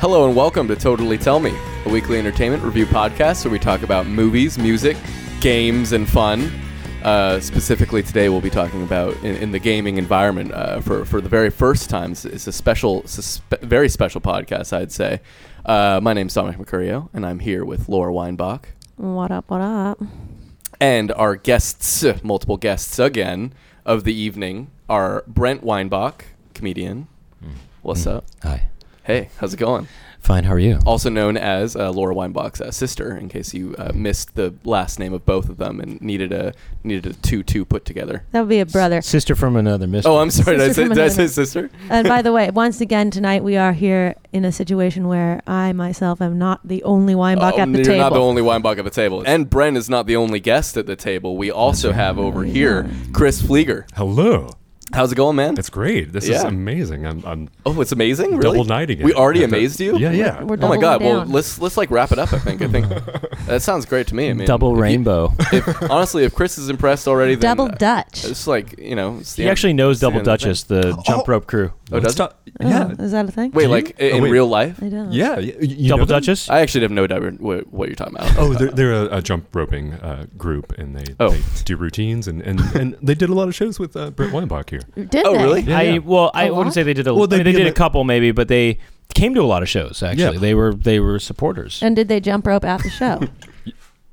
Hello and welcome to Totally Tell Me, a weekly entertainment review podcast where we talk about movies, music, games, and fun. Uh, specifically, today we'll be talking about in, in the gaming environment uh, for for the very first time. It's, it's a special, it's a spe- very special podcast, I'd say. Uh, my name's Dominic Mercurio, and I'm here with Laura Weinbach What up, what up? and our guests, multiple guests again of the evening, are Brent Weinbach, comedian. What's Mm. up? Hi. Hey, how's it going? Fine. How are you? also known as uh, Laura Weinbach's uh, sister. In case you uh, missed the last name of both of them and needed a needed a two two put together. That would be a brother. Sister from another mister. Oh, I'm sorry. Did I, Sister say, from did I say another- sister? and by the way, once again tonight we are here in a situation where I myself am not the only Weinbach Oh, at the you're table. not the only Weinbach at the table. And Bren is not the only guest at the table. We also have over here Chris Flieger. Hello. How's it going, man? That's great. This is Yeah. amazing. I'm, I'm oh, it's amazing. Really? double nighting it. We already After- amazed you. Yeah, yeah. Oh We're my Doubling god! Well, down. let's let's like wrap it up. I think. I think Oh, that sounds great to me. I mean, Double if you- rainbow. if, honestly, if Chris is impressed already, then Double uh, Dutch. It's like you know. it's the he end- actually knows it's the Double end of the thing. Duchess, the jump Oh. rope crew. Oh, does it? Stop. Oh, Yeah. is that a thing? Wait, you? like i- Oh, in wait. real life? I don't. Yeah. y- you Double know them? Duchess. I actually have no idea what, what you're talking about. Oh, they're, they're a, a jump roping uh, group, and they, Oh. they do routines, and, and, and they did a lot of shows with uh, Brett Weinbach here. Did Oh, they? really? Yeah, I yeah. well, I A lot? wouldn't say they did a. Well, I mean, they they did did a it- couple maybe, but they came to a lot of shows. Actually, Yeah. they were they were supporters. And did they jump rope at the show?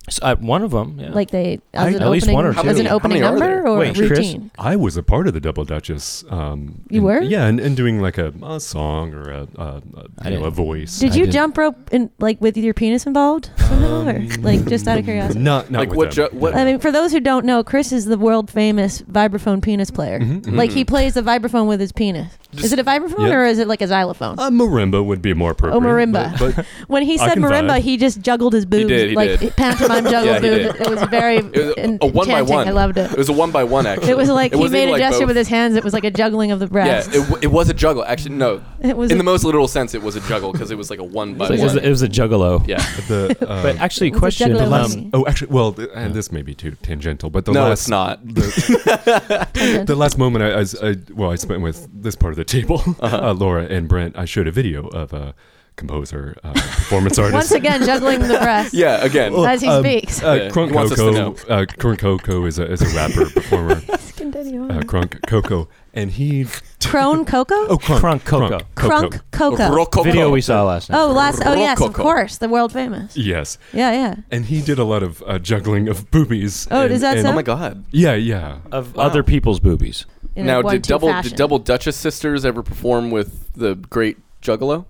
So, uh, one of them, yeah. like they I- as an at least opening, one or as two. an How opening many are number there? or Wait, Chris? routine? I was a part of the Double Duchess. Um, You and- were? Yeah, and, and doing like a, a song or a, a, a, I you know, a didn't- voice. Did I you did. jump rope in like with your penis involved somehow, or Mm. like just out of curiosity? Um, Not, not Like, with what them. ju- what- I mean, for those who don't know, Chris is the world famous vibraphone penis player. Mm-hmm, Like Mm-hmm. he plays the vibraphone with his penis. is it a vibraphone Yeah. or is it like a xylophone? A Uh, marimba would be more appropriate. Oh, marimba. But, but when he I said can marimba, vibe. he just juggled his boobs. did, he like did. pantomime juggle Yeah, he boob. did. It was very It was a- en- a one by enchanting. one. I loved it. It was a one by one actually. It was like he wasn't made even, a like, gesture both. with his hands. It was like a juggling of the Yeah, breasts. it, w- it was a juggle. Actually, no. It was in a- the most literal sense, it was a juggle because it was like a one by it, was, one. it was a juggalo. yeah. the, uh, But actually, It was a question. juggalo um, monkey. oh, actually, well, th- and this may be too tangential, but the No, last it's not. the last moment I, I s- I- well, I spent with this part of the table, uh Uh-huh. Laura and Brent. I showed a video of a composer, uh, performance artist. Once again, juggling the breasts. Yeah. Again. As he Um, speaks. uh, Yeah, Crunk he wants us to know. Coco, uh, Crunk Coco is a, is a rapper performer. Continue Uh, on. Crunk Coco, and he Crone Coco? oh Crunk Crunk Coco. Crunk Coco. Rococo. Video we saw last night. Oh, last. Oh, yes, of Rococo. course. The world famous. Yes, Yeah, yeah. and he did a lot of uh, juggling of boobies. Oh, and, does that and- Oh sound- my god. Yeah, yeah. Of Wow. other people's boobies. In a now, did one-two double fashion. did double Duchess sisters ever perform with the great Juggalo?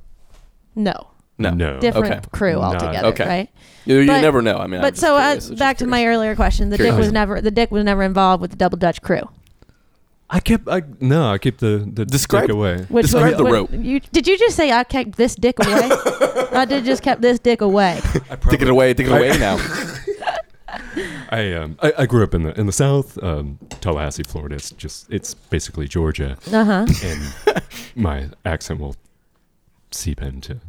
No. No. no. Different Okay. crew Not- altogether, Okay. right? You, you But- never know. I mean. I'm but just so curious, uh, just back to my curious. earlier question, the dick Curious. was never the dick was never involved with the double Dutch crew. I kept. I no. I kept the the Describe- dick away. Which Describe was- the what- rope. You, did you just say I kept this dick away? I did just kept this dick away. Oh, Take it away. Take it away now. I um I, I grew up in the in the South, um, Tallahassee, Florida. It's just it's basically Georgia, Uh huh. and my accent will seep into.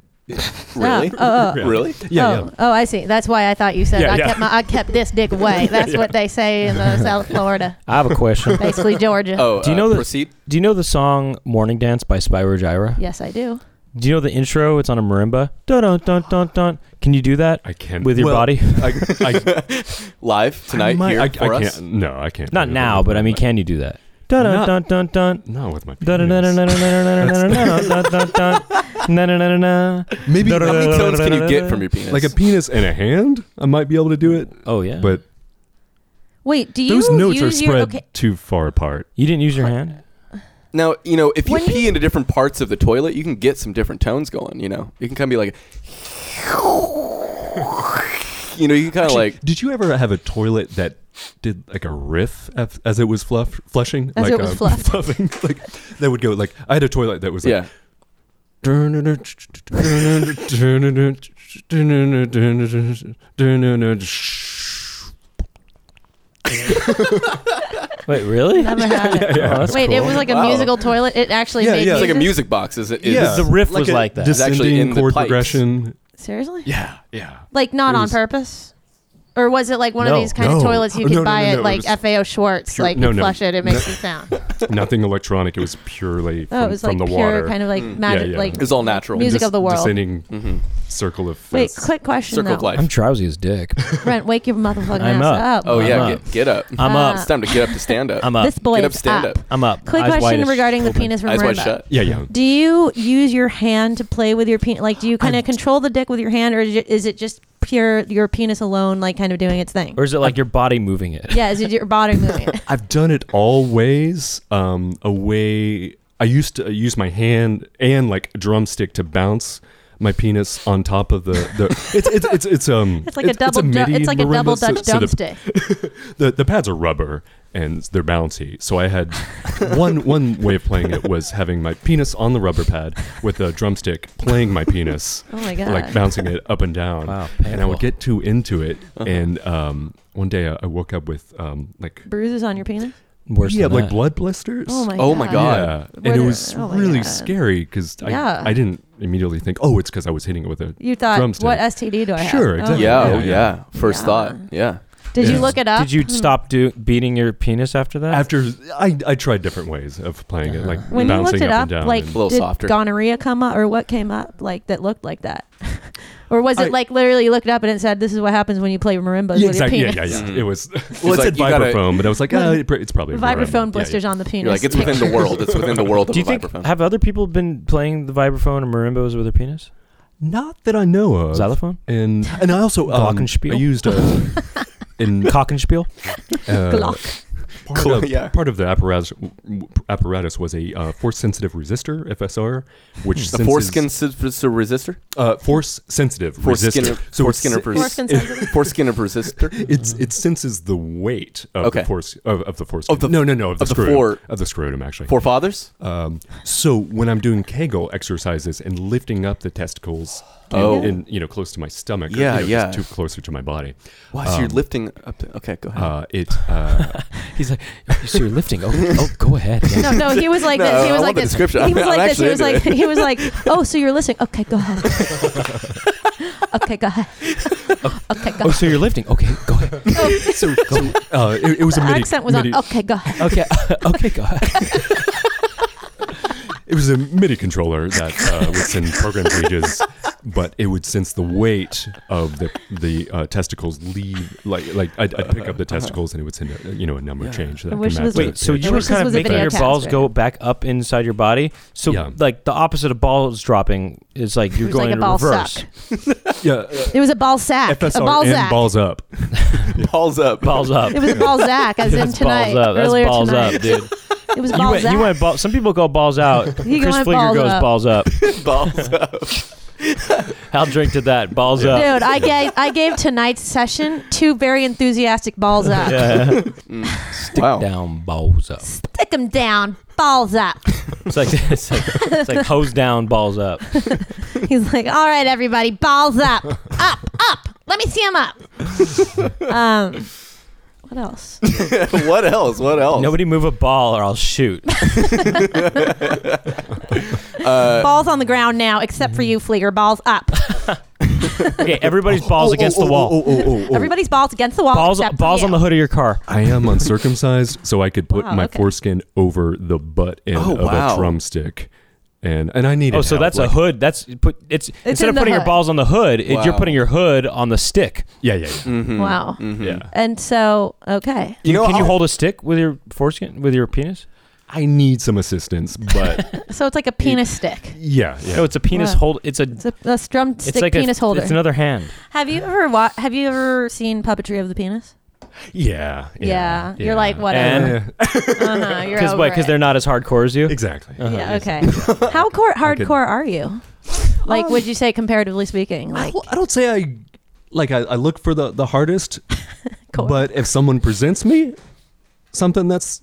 Really? Oh, oh, oh. Really? Yeah, oh, oh, I see. That's why I thought you said Yeah, I yeah. kept my I kept this dick away. That's what they say in the South Florida, I have a question. basically Georgia. Oh. Do you uh, know the- proceed? Do you know the song "Morning Dance" by Spyro Gyra? Yes, I do. Do you know the intro? It's on a marimba. Dun dun dun dun dun. Can you do that I can't with your well, body? I, I, Live I tonight might- here I, for I us. can't. No, I can't. Not do it. now, but I mean, can you do that? Dun Not- dun dun dun Not with my. dun. penis. Maybe Dun- How dun- like many tones can you get from your penis? a penis and a hand. I might be able to do it, Oh yeah. but Wait, do you those notes use are your spread okay? too far apart. you didn't use your hand. Now, you know, if you When pee into different parts of the toilet, you can get some different tones going, you know. You can kind of be like you know, you can kind of Actually, like did you ever have a toilet that did like a riff af- as it was fluff flushing As like it was um, fluffed. fluffing like that would go like i had a toilet that was like yeah. Wait, really? Never had it. Oh, that's Wait, it cool. was like a Wow. musical toilet. It actually Yeah, made yeah. It's like a music? music box is it is Yeah. The riff was a- like that. It's actually descending in the chord pipes. progression Seriously? yeah yeah Like not It on was- purpose. Or was it like one No. of these kind of No. toilets you No, could no, no, buy no, at it like was FAO Schwartz? pure- like no, you no. flush it, Oh, it makes No. a sound. Nothing electronic. It was purely from, Oh, it was like from the pure water. kind of like Mm. magic, yeah. like It It's all natural. Music Des- of the world. Descending hmm circle of Wait, fizz. quick question Circle though. of life. I'm drowsy as dick. Brent, wake your motherfucking I'm ass up. up. Oh I'm yeah, up. get, get up. I'm Uh, It's time to get up to stand up. I'm up. This boy Get up, is stand up. I'm up. Quick Eyes wide question as- regarding the penis Eyes wide marimba. shut. yeah, yeah. Do you use your hand to play with your penis? Like, do you kind I- of control the dick with your hand, or is it- is it just pure your penis alone, like kind of doing its thing? Or is it like your body moving it? yeah, is it your body moving? I've done it all ways. Um, a way I used to use my hand and like a drumstick to bounce my penis on top of the the. it's, it's it's it's um. It's like a double. du- MIDI it's like a marimba, double so- Dutch so the- dumpstick. the the pads are rubber and they're bouncy. So I had one one way of playing it was having my penis on the rubber pad with a drumstick playing my penis, Oh my god! like bouncing it up and down. Wow. And I painful. would Uh-huh. get too into it, and um, one day I, I woke up with um, like Bruises on your penis. worse. yeah, than like that. blood blisters. Oh my. Oh my God. Yeah, What and it a- was oh my really God. scary because Yeah. I, I didn't immediately think, oh, it's because I was hitting it with a. You thought Drumstick. what STD do I have? Sure, Oh. exactly. Yeah, oh, Yeah, yeah. yeah. First Yeah. thought. Yeah. Did you Yeah. look it up? Hmm. Did you stop do, beating your penis after that? After I, I tried different ways of playing it, like When you bouncing looked it up, up, and down. like and- little did softer. gonorrhea come up, or what came up like that looked like that, or was it I- like literally you looked it up and it said this is what happens when you play marimbas yeah, with exactly. your Yeah, penis? yeah, yeah. Mhm. It was. Well, Well, it's it's like like you gotta- vibraphone, but I was like, oh, it pr- it's probably a Vibraphone Yeah, yeah. blisters on the penis. You're like it's within the world. It's within the world of do you the think microphone. have other people been playing the vibraphone or marimbas with their penis? Not that I know of. Xylophone, and and I also um, Glockenspiel? I used a in cock and spiel. uh, Glock. part, of, Yeah. part of the apparatus apparatus was a uh, force sensitive resistor FSR, which The senses- foreskin s- s- resistor. uh, force sensitive Foreskin. resistor. foreskin of it's, Foreskin resistor. sensitive. Foreskin of resistor. it's it senses the weight of Okay. the force of, of the foreskin. Of the- no, no, no, of the of the scrotum. fore- of the scrotum actually. Forefathers. Um, so when I'm doing Kegel exercises and lifting up the testicles, Oh. in, in, you know, close to my stomach, or, Yeah, you know, just yeah. too closer to my body, Wow, so you're Um, lifting up. the- okay, go ahead. uh, it uh, He's like, so you're lifting. Oh, oh go ahead. Yeah. No, no, he was like No, this. He I was want like the this. description. He was I'm like this. actually He was into like he was like, "Oh, so you're listening. Okay, go ahead. okay, go ahead. Okay, go Oh, ahead." so you're lifting. Okay, go ahead. so, so, uh, it, it was The a midi, accent was midi- on. Okay, go ahead. Okay, uh, okay, go ahead. it was a MIDI controller that uh, would send program pages, but it would sense the weight of the the uh, testicles leave. Like like I'd, I'd pick up the testicles and it would send a, you know a number Yeah. change. That I could wish match this the Wait, so pitch. you Wish were this kind of was a making video your cast, balls right? go back up inside your body. So Yeah. like the opposite of balls dropping is like you're It was going like a in ball reverse. sack. yeah, uh, It was a ball sack. FSR Ah, a ball and sack. balls up. balls up. Balls up. It was a ball sack, as in That's tonight. balls up. That's Earlier balls tonight. up, dude. It was You ball went, sack. you went ball, some people go balls out. He Chris went Fleeger balls goes up. balls up. balls up. Hal Drink did that. Balls up. Dude, I gave I gave tonight's session two very enthusiastic balls up. Yeah. Mm. Wow. Down, balls up. Stick them down, balls up. It's like it's like it's like hose down, balls up. He's like, all right, everybody, balls up, up, up. Let me see him up. Um, what else? what else? What else? Nobody move a ball or I'll shoot. Uh, balls on the ground now, except for you, Fleeger. Balls up. Okay, everybody's balls Oh, against oh, the oh, wall. oh, oh, oh, oh. Everybody's balls against the wall. Balls except for balls you. on the hood of your car. Oh, I am uncircumcised, so I could put Wow, my okay. foreskin over the butt end Oh, of wow. a drumstick, and and I needed. Oh, so help, that's a like- hood. That's you put it's, instead in of the putting your hood. balls on the hood, it, you're Wow. putting your hood on the stick. Yeah, yeah, yeah. Mhm. Wow. Mhm. yeah. And so, okay. You know, Can you I'll- hold a stick with your foreskin with your penis? I need some assistance, but So it's like a penis stick. yeah, yeah. No, it's a penis Wow. hold. It's a It's a, a strum it's stick like penis a, holder. It's another hand. have you ever wa- Have you ever seen puppetry of the penis? yeah, yeah, Yeah. You're like, whatever. And Uh-huh, you're because over why? Because it. they're uh-huh, not as hardcore as you. exactly. Yeah. Okay. How cor- hardcore could- are you? Like, would you say comparatively speaking? I, Like, don't- I don't say I like I, I look for the the hardest, Cool. but if someone presents me something that's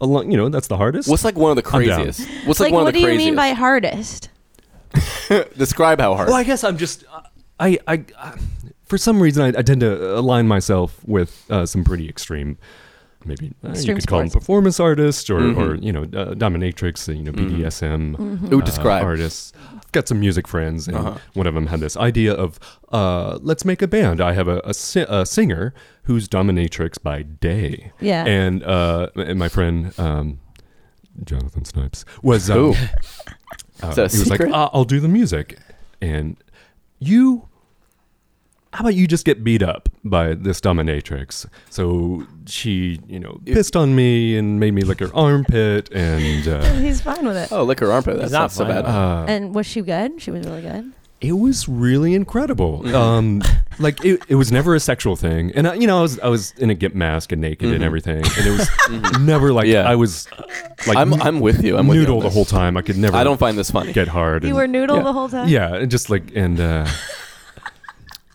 along, you know, that's the hardest. What's like one of the I'm down. craziest? What's like, like, one what of the do you craziest? mean by hardest? Describe how hard. well, I guess I'm just I I, I for some reason I, I tend to align myself with uh, some pretty extreme maybe uh, you Extreme could call them sports. performance artists or, or Mhm. you know uh, dominatrix, you know Mhm. BDSM Mm-hmm. Ooh, uh, describe. artists. I've got some music friends, and Uh-huh. one of them had this idea of uh, let's make a band. I have a, a, si- a singer who's dominatrix by day, Yeah. and uh, and my friend um, Jonathan Snipes was um, Ooh. uh, Is that a he was like, secret? "Uh, I'll do the music. And you, how about you just get beat up by this dominatrix? So she, you know, pissed on me and made me lick her armpit. And uh, He's fine with it. Oh, lick her armpit. That's He's not, not so fine. bad. uh, And was she good? She was really good. it was really incredible. Mhm. Um, like it, it was never a sexual thing. And I, you know, I was, I was in a gimp mask and naked and Mhm. everything. And it was never like, Mm-hmm. Yeah. I was like, I'm, n- I'm with you. I'm with you noodle on the this. whole time. I could never I don't find this funny. get hard. You and- were noodle yeah. the whole time. yeah. And just like, and, uh,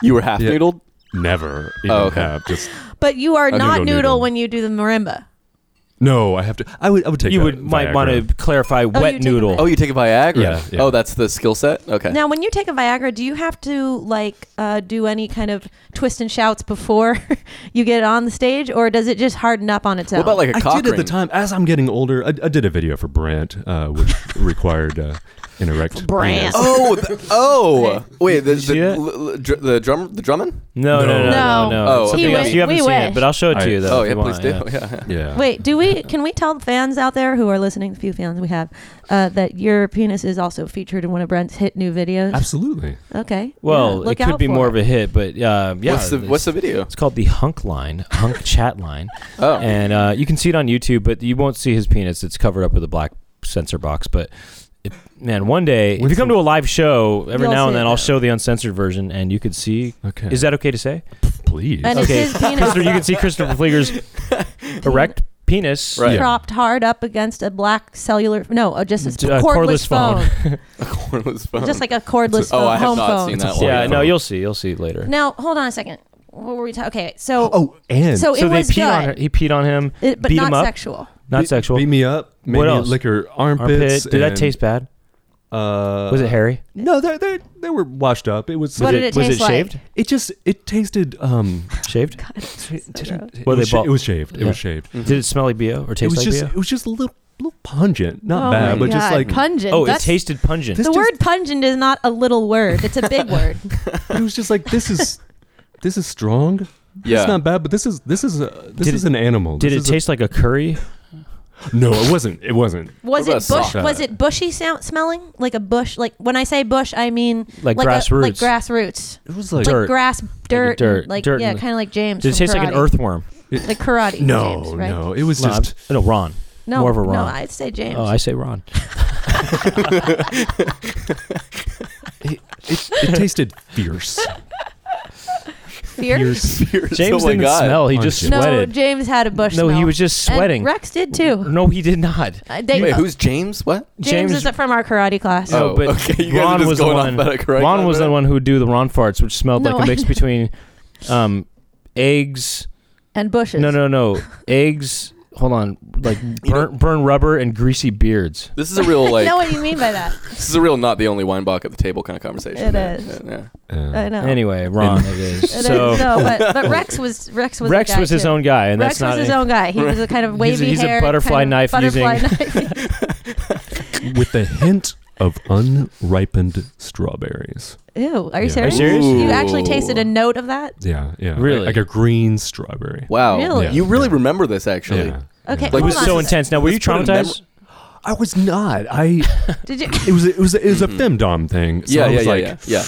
You were half Yeah. noodled. never even Oh, okay. have just But you are A not noodle noodle, noodle. when you do the marimba. no i have to i would i would take you that would might Viagra. want to clarify you wet take noodle. Oh, you take a Viagra. Yeah, yeah. Oh, that's the skill set. Okay. Now, when you take a Viagra, do you have to like uh, do any kind of twist and shouts before you get on the stage, or does it just harden up on its own? what about like a I cock did at the ring? time as i'm getting older i, I did a video for brant uh which required uh an erect Brant. penis. Oh, th- oh, wait. The, see the, it? l- l- dr- the drum, the drumming. No, no, no, No. no, no. Oh, Something okay. else. We- You haven't we seen wish. it, but I'll show it I- to you though. oh if yeah, you please want, do. yeah. Yeah. yeah Wait, do we? Can we tell the fans out there who are listening, the few fans we have, uh, that your penis is also featured in one of Brent's hit new videos? absolutely Okay. Well, Yeah, look it could out be for more it. of a hit, but uh, yeah. What's the it's- What's the video? It's called the Hunk Line, Hunk Chat Line, Oh, and uh, you can see it on YouTube, but you won't see his penis. It's covered up with a black sensor box. But it, man, one day if you come to a live show, every You'll now see and then it. I'll show the uncensored version, and you could see. okay Is that okay to say? please And Okay. it's his penis Christopher, you can see Christopher Fleeger's erect penis. Right. Yeah. propped hard up against a black cellular, no, uh, just a D- uh, cordless, cordless phone, phone. a cordless phone. just like a cordless It's a- oh, phone, I have home not phone. seen that one. Yeah, Yeah. no, you'll see. You'll see later. Now, hold on a second. What were we talking? Okay, so oh and so it so they was peed good, on her. He peed on him. it, but beat not him up. sexual. Not beat- sexual. beat me up made What me else? lick her Armpit. armpits Did that and, taste bad? uh Was it hairy? no they they they were washed up it was What was did it was taste it like? shaved? it just it tasted um Shaved? it, Well, they was, sha- bought- it was shaved it Yeah. was shaved Mhm. Did it smell like bo or it taste was like just bo? it was just a little little pungent not Oh bad my but just God, like pungent. Oh, it That's- tasted pungent. The This just- word pungent is not a little word; it's a big word. it was just like this is this is strong. yeah. It's not bad, but this is this is a, this Did is it- an animal. Did it This is a- taste like a curry? no, it wasn't. It wasn't. What Was it about bush? soft? Was it bushy sound, smelling like a bush? Like when I say bush, I mean Like a- grassroots. like grassroots, It was like like Dirt. grass, dirt, and dirt- like dirt yeah, and- kind of like James. Did it from taste like an karate. earthworm? Like karate. no, James, right? no. It was No, I'm- just no, Ron. no, More of a No, Ron. I'd say James. Oh, I say Ron. it, it tasted fierce. Fierce? Fierce. James oh my didn't God. smell. He Aren't just you? No, sweated. James had a bush. No, he smell. was just And sweating. Rex did too. No, he did not. Uh, they- Wait, uh, who's James? What? James, James- is from our karate class. No, Oh, but okay, you guys are Ron just was the going off one. about it, correct? Ron was Right. the one who do the Ron farts, which smelled No, like I a mix know. between um, eggs. And bushes. No, no, no. eggs. Hold on, like burn, burn rubber and greasy beards. This is a real like. I know what you mean by that. this is a real not the only Weinbach at the table kind of conversation. It Yeah, is. Yeah, yeah. Uh, I know. Anyway, Ron, Oh. it is. It is- so no, but, but Rex was Rex was Rex a guy was his too. own guy, and Rex that's not was his own guy. He was a kind of He's a- wavy he's a hair. kind butterfly of knife butterfly knife. with the hint of unripened strawberries. Ew, are you Yeah. serious? Are you serious? You actually Ooh. tasted a note of that? Yeah, yeah. like- Really? like, a green strawberry. Wow. Really? Yeah, You really yeah. remember this actually. Yeah, Okay, yeah. It was Hold on so a sec. intense. Now, were you Let's put a mem- traumatized? I was not. I Did you? it was it was it was a femdom thing. Mm-hmm. So yeah, I yeah, was yeah, like, yeah, yeah.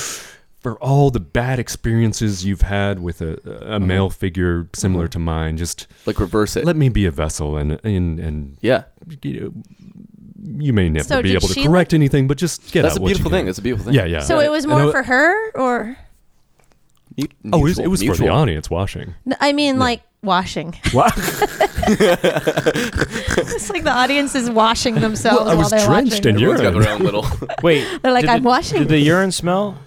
for all the bad experiences you've had with a, Mm-hmm. a male figure similar to mine, just Like reverse it. let me be a vessel and and and yeah, you, know, you may never So be did able to she correct anything, but just get that's out a what you beautiful thing. can. That's a beautiful thing. Yeah, yeah. So it was And I- more for her, or Mu- Oh, it was, mutual- it was for the mutual. audience washing. No, I mean, like washing. Wow. it's like the audience is washing themselves I while was they're drenched watching. in Everyone's got urine. their own little. Wait, They're like, did I'm the, washing. Oh, Did the urine smell?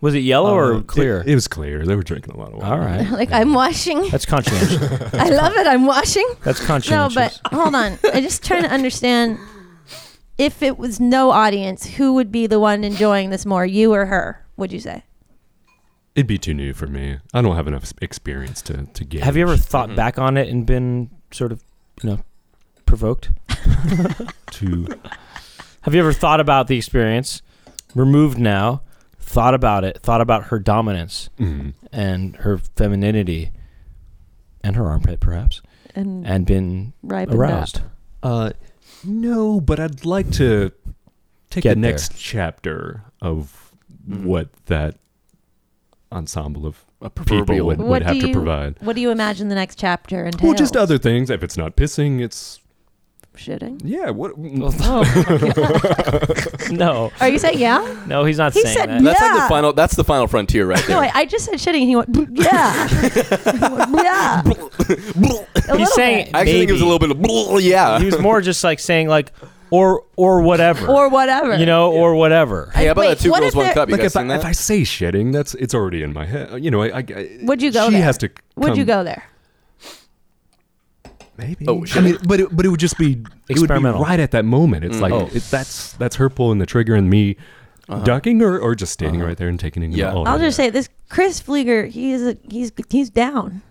Was it yellow or Um, clear? Oh, It, was clear. They were drinking a lot of water. All right, like I'm washing. that's conscientious. I love it. I'm washing. That's No, conscientious. but hold on. I'm just trying to understand. If it was no audience, who would be the one enjoying this more, you or her? Would you say? It'd be too new for me. I don't have enough s- experience to to get. Mm-hmm. Have you ever thought back on it and been sort of, you know, provoked? to Have you ever thought about the experience? Removed now, thought about it, thought about her dominance mm, and her femininity and her armpit, perhaps, and, and been ripe and aroused. uh, no, but I'd like to take Get the next chapter of Mhm. what that ensemble of A people proverbial would, What would have do to you- provide. not. What do you imagine the next chapter entails? Well, just other things. If it's not pissing, it's shitting. yeah. What? Oh, no, Are you saying yeah? no, he's not He saying said that. no. That's like the Yeah. final. That's the final frontier, right there. No, I, I just said shitting, and he went yeah, yeah. A little He's saying bit. I actually think it was a maybe. little bit of yeah. he was more just like saying like or or whatever or whatever. you know or whatever Hey, how about Wait, that two what girls, if one there- cup? You like guys if I, seen that? if I say shitting, that's it's already in my head. You know, I. I- I Would you go She there? has to. Would you come- go there? Maybe. Oh, I shit. mean, but it, but it would just be it would be Experimental. right at that moment. It's like Oh. Uh-huh. it, that's that's her pulling the trigger and me ducking or, or just standing Uh-huh. right there and taking it. in. Yeah. Oh, I'll just say this: Chris Flieger, he is a, he's he's down.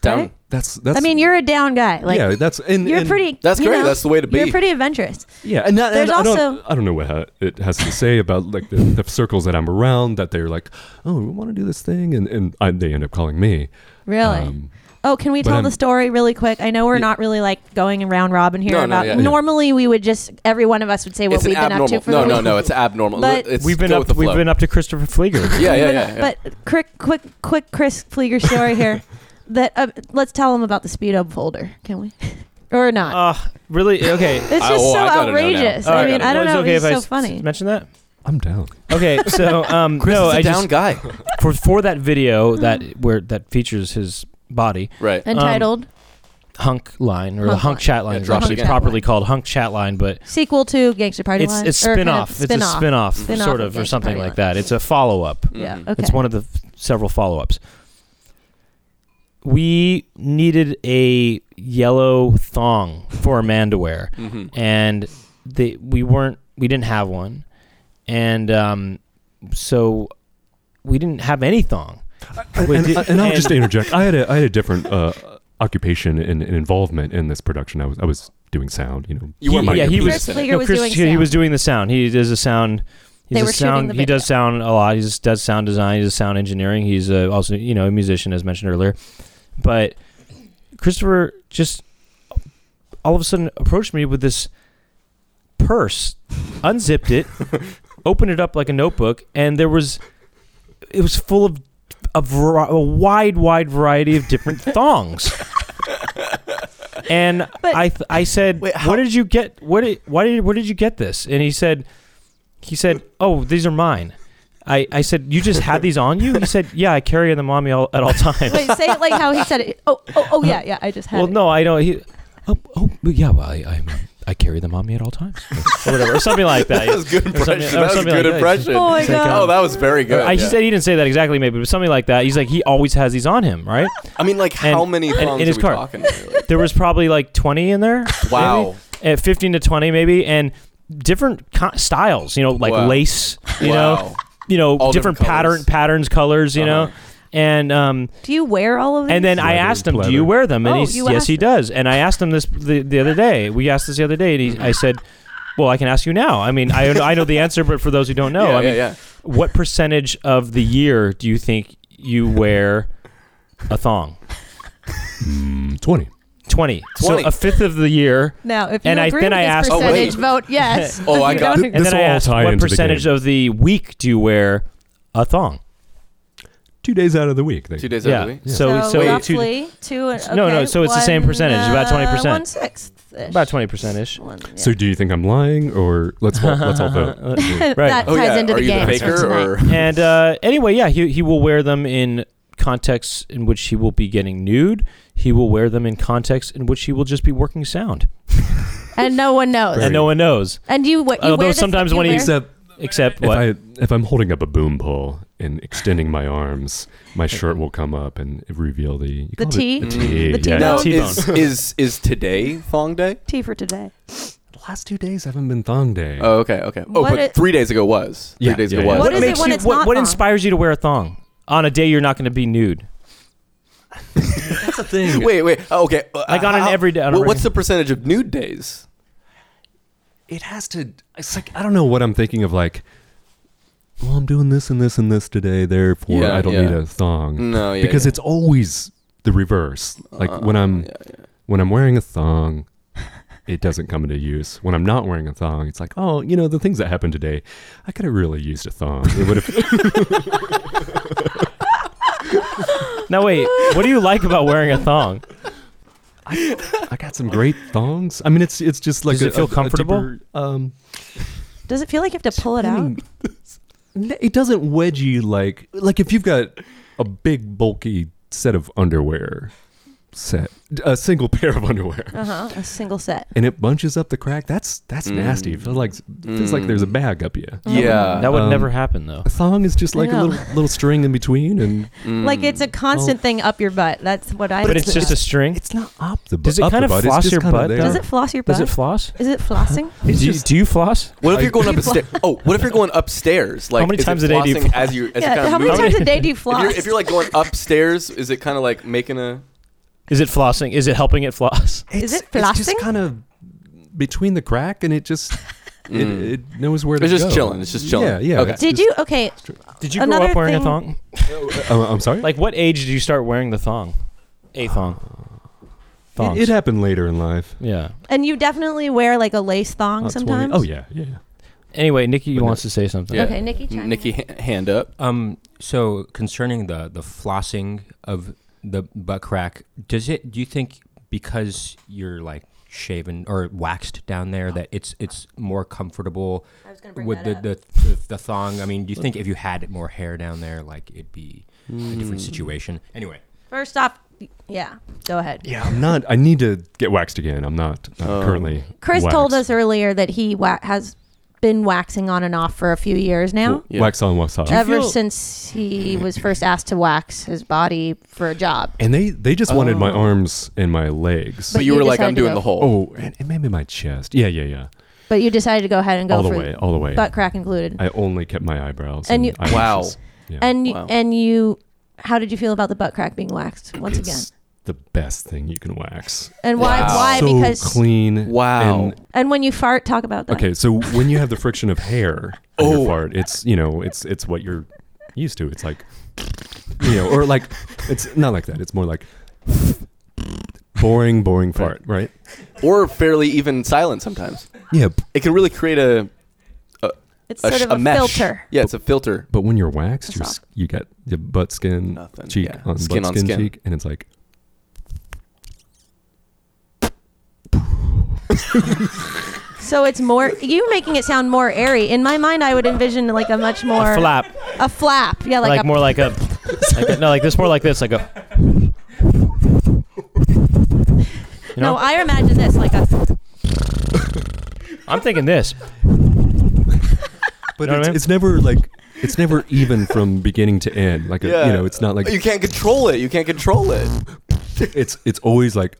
Down. Right? that's that's. I mean, you're a down guy. Like yeah, that's and you're and- pretty. That's you great. know, That's the way to be. You're pretty adventurous. Yeah, and, that, There's and I also- don't, I don't know what ha- it has to say about like the, the circles that I'm around that they're like, oh, we want to do this thing, and and I, they end up calling me. Really. Um, oh, can we but tell I'm- the story really quick? I know we're not really like going around robin here No, no, about. yeah. Normally, we would just every one of us would say what It's an we've been up to abnormal. for No, the no, week. no. It's abnormal. But- it's we've been go up with the we've flow. been up to christopher flieger Yeah, yeah, yeah. yeah. But quick, quick, quick, Chris Flieger story here. That uh, let's tell him about the speed up folder, can we? or not? uh really okay it's I- just oh, so I gotta know now. outrageous. All I right. mean, I don't Well, know. it's okay it's if I so s- funny. mention that I'm down. okay so um Chris no is a I down just guy. for for that video Mm-hmm. that where that features his body Right. Entitled hunk line or the Hunk hunk chat line Yeah, is drop it actually again. properly called hunk chat line but sequel to Gangster Party it's Line. it's or kind of spin-off it's a spin-off. spin-off, Spin-off sort of of or Gangsta something Party like Line. that it's a follow-up Yeah. Mhm. Okay. It's one of the f- several follow ups. We needed a yellow thong for a man to wear, Mhm. and they, we weren't we didn't have one, and um, so we didn't have any thong. Wait, and, did- and I'll and- just interject. I had a I had a different uh, occupation and, and involvement in this production. I was I was doing sound. You know, You were He- my yeah, he computer was- center. Flieger was doing he, he sound. was doing the sound. He does a sound. He's They a were shooting sound. the he does video. sound a lot. He just does sound design. He does sound engineering. He's uh also you know a musician as mentioned earlier, but Christopher just all of a sudden approached me with this purse, unzipped it, opened it up like a notebook, and there was it was full of a, vari- a wide, wide variety of different thongs. and But- I, th- I said, Wait, how- "What did you get? What did, why did, where did you get this?" And he said, "He said, oh, these are mine." I, I said, "You just had these on you?" He said, "Yeah, I carry them on me all, at all times." Wait, say it like how he said it. Oh, oh, oh, yeah, yeah. I just had well, it. no, I don't. He, oh, oh, but yeah, well, I, I, I carry them on me at all times, or whatever, or something like that. That was a good Or something- impression. That or was a something good like that. impression. Oh my It's like, god. Oh, that was very good. I, he yeah. said he didn't say that exactly, maybe, but something like that. He's like, he always has these on him, right? I mean, like, and- how many and- thongs in are his we car. talking? Really? There was probably like 20 in there. Wow. at 15 to 20 maybe and different co- styles you know like Wow. lace you know wow. you know All different, different pattern colors. patterns colors you Uh-huh. know and um Do you wear all of these? and then I Leather, asked him, "Do leather. you wear them?" And Oh, he's, you "Yes, asked he him. does." And I asked him this the, the other day. We asked this the other day, and he, I said, "Well, I can ask you now. I mean, I I know the answer, but for those who don't know, yeah, Oh, I mean, yeah, yeah. what percentage of the year do you think you wear a thong? Mm, Twenty. Twenty. So 20. a fifth of the year." now, if you and I- agree then with I this asked- Oh, wait. percentage, vote yes. Oh, If I you got- don't- And This then I all asked, tie what into the percentage game. of the week do you wear a thong? Two days out of the week. They, Two days out yeah. of the week. So, so, Wait. two- roughly two. No, okay, no, so it's the same one, percentage, about uh, 20%. One sixth. about twenty percent ish. So do you think I'm lying or let's all, let's all vote? that right. ties Oh, yeah. into are the you game. the for faker tonight. or? and uh, anyway, yeah, he he will wear them in contexts in which he will be getting nude. He will wear them in contexts in which he will just be working sound, and no one knows. Very- and no one knows. And you, what, you Although wear this- sometimes you when uh, he- wear- Except Except if what? I if I'm holding up a boom pole and extending my arms, my shirt will come up and reveal the you The call it T? The T. The yeah. T-bone? Now, Yeah. is, is is today thong day? tea for today. The last two days haven't been thong day. Oh, okay, okay. Oh, What but it- three days ago was. Three Yeah, days yeah, ago yeah. was. What is it makes when you, it's what, not what thong? inspires you to wear a thong on a day you're not going to be nude? That's a thing. Wait, wait. oh, okay. Uh, I got an how- every day- I don't wha- really- what's the percentage of nude days? It has to. It's like I don't know what I'm thinking of. Like, well, I'm doing this and this and this today. Therefore, Yeah, I don't yeah. need a thong. No, yeah. because yeah. Uh-uh, it's always the reverse. Like when I'm yeah, yeah. when I'm wearing a thong, it doesn't come into use. When I'm not wearing a thong, it's like, oh, you know, the things that happened today, I could have really used a thong. It would have. Now wait, what do you like about wearing a thong? I got some great thongs. I mean, it's it's just like Does a, it feel a- a comfortable? deeper, um, Does it feel like you have to pull it out? n- it doesn't wedgie like like if you've got a big bulky set of underwear, set a single pair of underwear. Uh huh. A single set. And it bunches up the crack. That's that's Mm. nasty. It feels like feels like there's a bag up you. Mm-hmm. Yeah. That would Um, never happen though. A thong is just I like a know. little little string in between, and Hmm. Like it's a constant thing up your butt. That's what I. Oh. But it's just a string. it's not up the butt. Does it kind of floss your butt, though? Does it floss your butt? Does it floss? Is it flossing? Do you, just- do you floss? What if you're going I- up a stair? Oh, what if you're going upstairs? Like, many is it times a day do you flossing floss? as you as yeah. you How kind many of move? times a day do you If floss? you're, if you're like going upstairs, is it kind of like making a? Is it flossing? Is it helping it floss? Is it It's just flossing? kind of between the crack, and it just it, Mm. it knows where to It's go. just chilling. It's just chilling. Yeah, yeah. Okay. it's Did you? Okay. Did you grow Another up wearing thing- a thong? just- Oh, I'm sorry. Like what age did you start wearing the thong? A thong. Thongs. it, it happened later in life. yeah. And you definitely wear like a lace thong That's when sometimes. we- Oh yeah, yeah. Anyway, Nikki But no- wants to say something. Yeah. Okay, Nikki. chime in. Nikki, ha- hand up. Um. So concerning the the flossing of the butt crack, does it? Do you think because you're like shaven or waxed down there that it's it's more comfortable I was gonna bring with the, that the, up. the the thong? I mean, do you think if you had more hair down there, like it'd be a different Mm. situation? Anyway, First off, yeah. Go ahead. Yeah, I'm not. I need to get waxed again. I'm not uh, Oh. currently. Chris waxed. told us earlier that he wa- has been waxing on and off for a few years now. Yeah. wax on, wax off. Ever feel- since he was first asked to wax his body for a job. and they they just wanted my arms and my legs. So But you you were like, decided I'm to doing go. the whole. Oh, and, and maybe my chest. Yeah, yeah, yeah. But you decided to go ahead and go all the for way, all the way. butt crack included. I only kept my eyebrows. And And, you- Wow. eyelashes. Yeah. and you, Wow. and you how did you feel about the butt crack being waxed once It's again? the best thing you can wax. And why Wow. why so because clean. Wow. and- and when you fart talk about that. okay, so when you have the friction of hair on Oh. your fart, it's you know, it's it's what you're used to. It's like you know, or like it's not like that. It's more like boring, boring fart, right? Or fairly even silent sometimes. Yeah, It can really create a It's a, sort sh- of a, mesh. filter. Yeah, it's a filter. but when you're waxed, That's you're, all. s- you got your butt skin, Nothing, cheek yeah. on Skin butt on skin, skin. cheek, and it's like So it's more you making it sound more airy. In my mind I would envision like a much more A flap. a flap. Yeah, like, Like, a more like a, like a- no like this more like this like a you know? No, I imagine this like a I'm thinking this. But You know it's, what I mean? it's never like it's never even from beginning to end. Like a, Yeah. you know, it's not like You can't control it. You can't control it. it's it's always like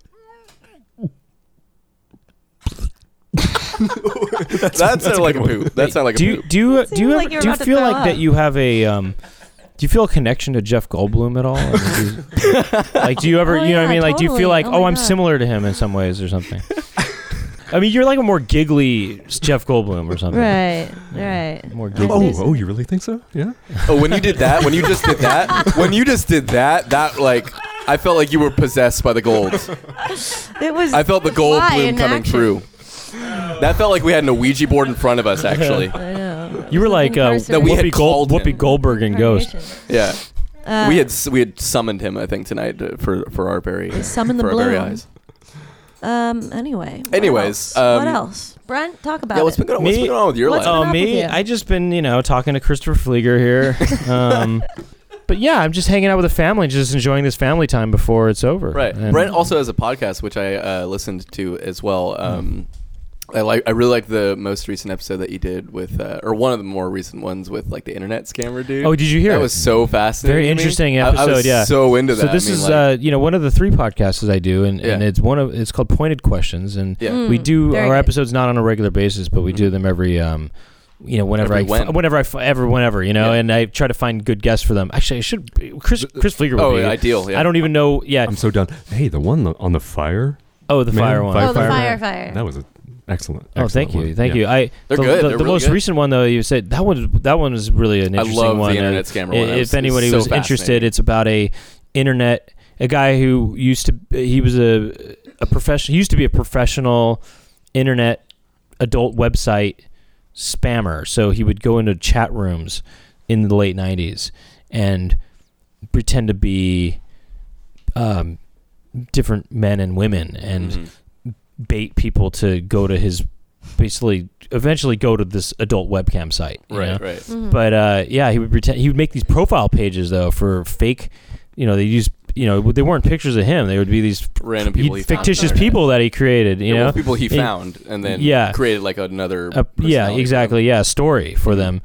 That sounded like a poop. That sounded like do a you poop. do you, uh, Seems do you, like ever, you're do you about to feel throw like up. that you have a um do you feel a connection to Jeff Goldblum at all? I mean, do you- like do you ever Oh, you know what yeah, I mean? Like do you totally. feel like Oh oh, my I'm God. similar to him in some ways or something? I mean you're like a more giggly Jeff Goldblum or something. Right. Right. More I giggly. oh think so. oh you really think so yeah Oh, when you did that, when you just did that, when you just did that, that like, I felt like you were possessed by the gold. It was I felt the gold fly bloom in coming action. through. That felt like we had an Ouija board in front of us, actually. I know. You were like uh, That we Whoopi, had Gold, called him. Whoopi Goldberg in Ghost. Yeah, Uh, we had s- we had summoned him, I think, tonight uh, for for our very We summoned the for our very bloom. eyes. um anyway. what Anyways, else? um, what else? Brent, talk about Yeah, what's it. been going on? What's Me- been going on with your life? What's going Oh, up with me? you? I just been, you know, talking to Christopher Flieger here. Um, but yeah, I'm just hanging out with the family, just enjoying this family time before it's over. Oh, Right. And- Brent also has a podcast which I uh, listened to as well. Um, I like. I really like the most recent episode that you did with, uh, or one of the more recent ones with, like the internet scammer dude. Oh, did you hear That it? was so fascinating. Very to me. interesting I- I, was episode, yeah. So into that. So this I mean, is, like, uh, you know, one of the three podcasts I do, and, and Yeah. it's one of it's called Pointed Questions, and yeah. Mm-hmm. Mm. we do very our good. episodes not on a regular basis, but we do them every um, you know, whenever Every I, when. whenever I, f- ever, whenever, you know, Yeah. and I try to find good guests for them. Actually, I should. Chris, Chris Flieger would Oh, be. ideal. Yeah. I don't even know. Yeah. I'm so done. Hey, the one on the fire. oh, the Man, fire one. fire- oh, the fire- fire, fire. That was an excellent. Oh, excellent thank you, one. thank Yeah. you. I They're the, good. The, They're the really most good. recent one though, you said that one. That one is really an I interesting love one. the and internet scammer one. i- That was- If anyone it's was so interested, fascinating. it's about a internet a guy who used to he was a a professional used to be a professional internet adult website spammer. So he would go into chat rooms in the late '90s and pretend to be um, different men and women and Mhm. bait people to go to his basically eventually go to this adult webcam site you right, know? right. Mhm. but uh, yeah he would pretend he would make these profile pages though for fake you know they used you know they weren't pictures of him they would be these Random people. he he'd- found on fictitious the internet. people that he created you Yeah, well, know people he It- found and then yeah. created like another. Uh, yeah personality Mm-hmm. for them. exactly yeah a story for them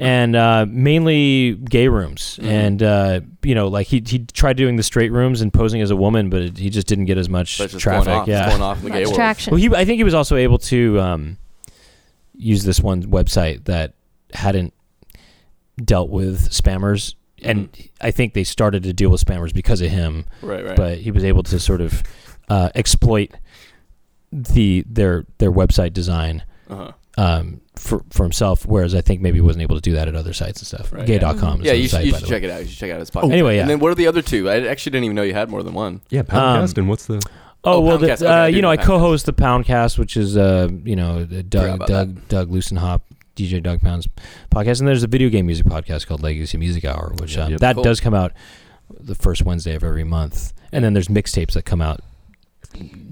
and uh, mainly gay rooms Mhm. and uh, you know like he, he tried doing the straight rooms and posing as a woman but it, he just didn't get as much But it's just traffic going off, yeah it's going off in the Much gay world. traction. Well, he, I think he was also able to um, use this one website that hadn't dealt with spammers, and I think they started to deal with spammers because of him. Right, Mm-hmm. right. But he was able to sort of uh, exploit the their their website design uh-huh. um, for for himself, whereas I think maybe he wasn't able to do that at other sites and stuff. Right, yeah. Gay.com Yeah, is you the should, site, you by should the way. check it out. You should check out his podcast. anyway, yeah. And then what are the other two? I actually didn't even know you had more than one. Yeah, Poundcast and what's the? Oh, Oh, well, the, Poundcast. Okay, uh, I do you know, know I Poundcast. co-host the Poundcast, which is uh, you know the Forgot Doug about Doug Doug Lucenhop, DJ Doug Pounds podcast, and there's a video game music podcast called Legacy Music Hour, which Yeah, um, yeah. that Cool. does come out the first Wednesday of every month, and then there's mixtapes that come out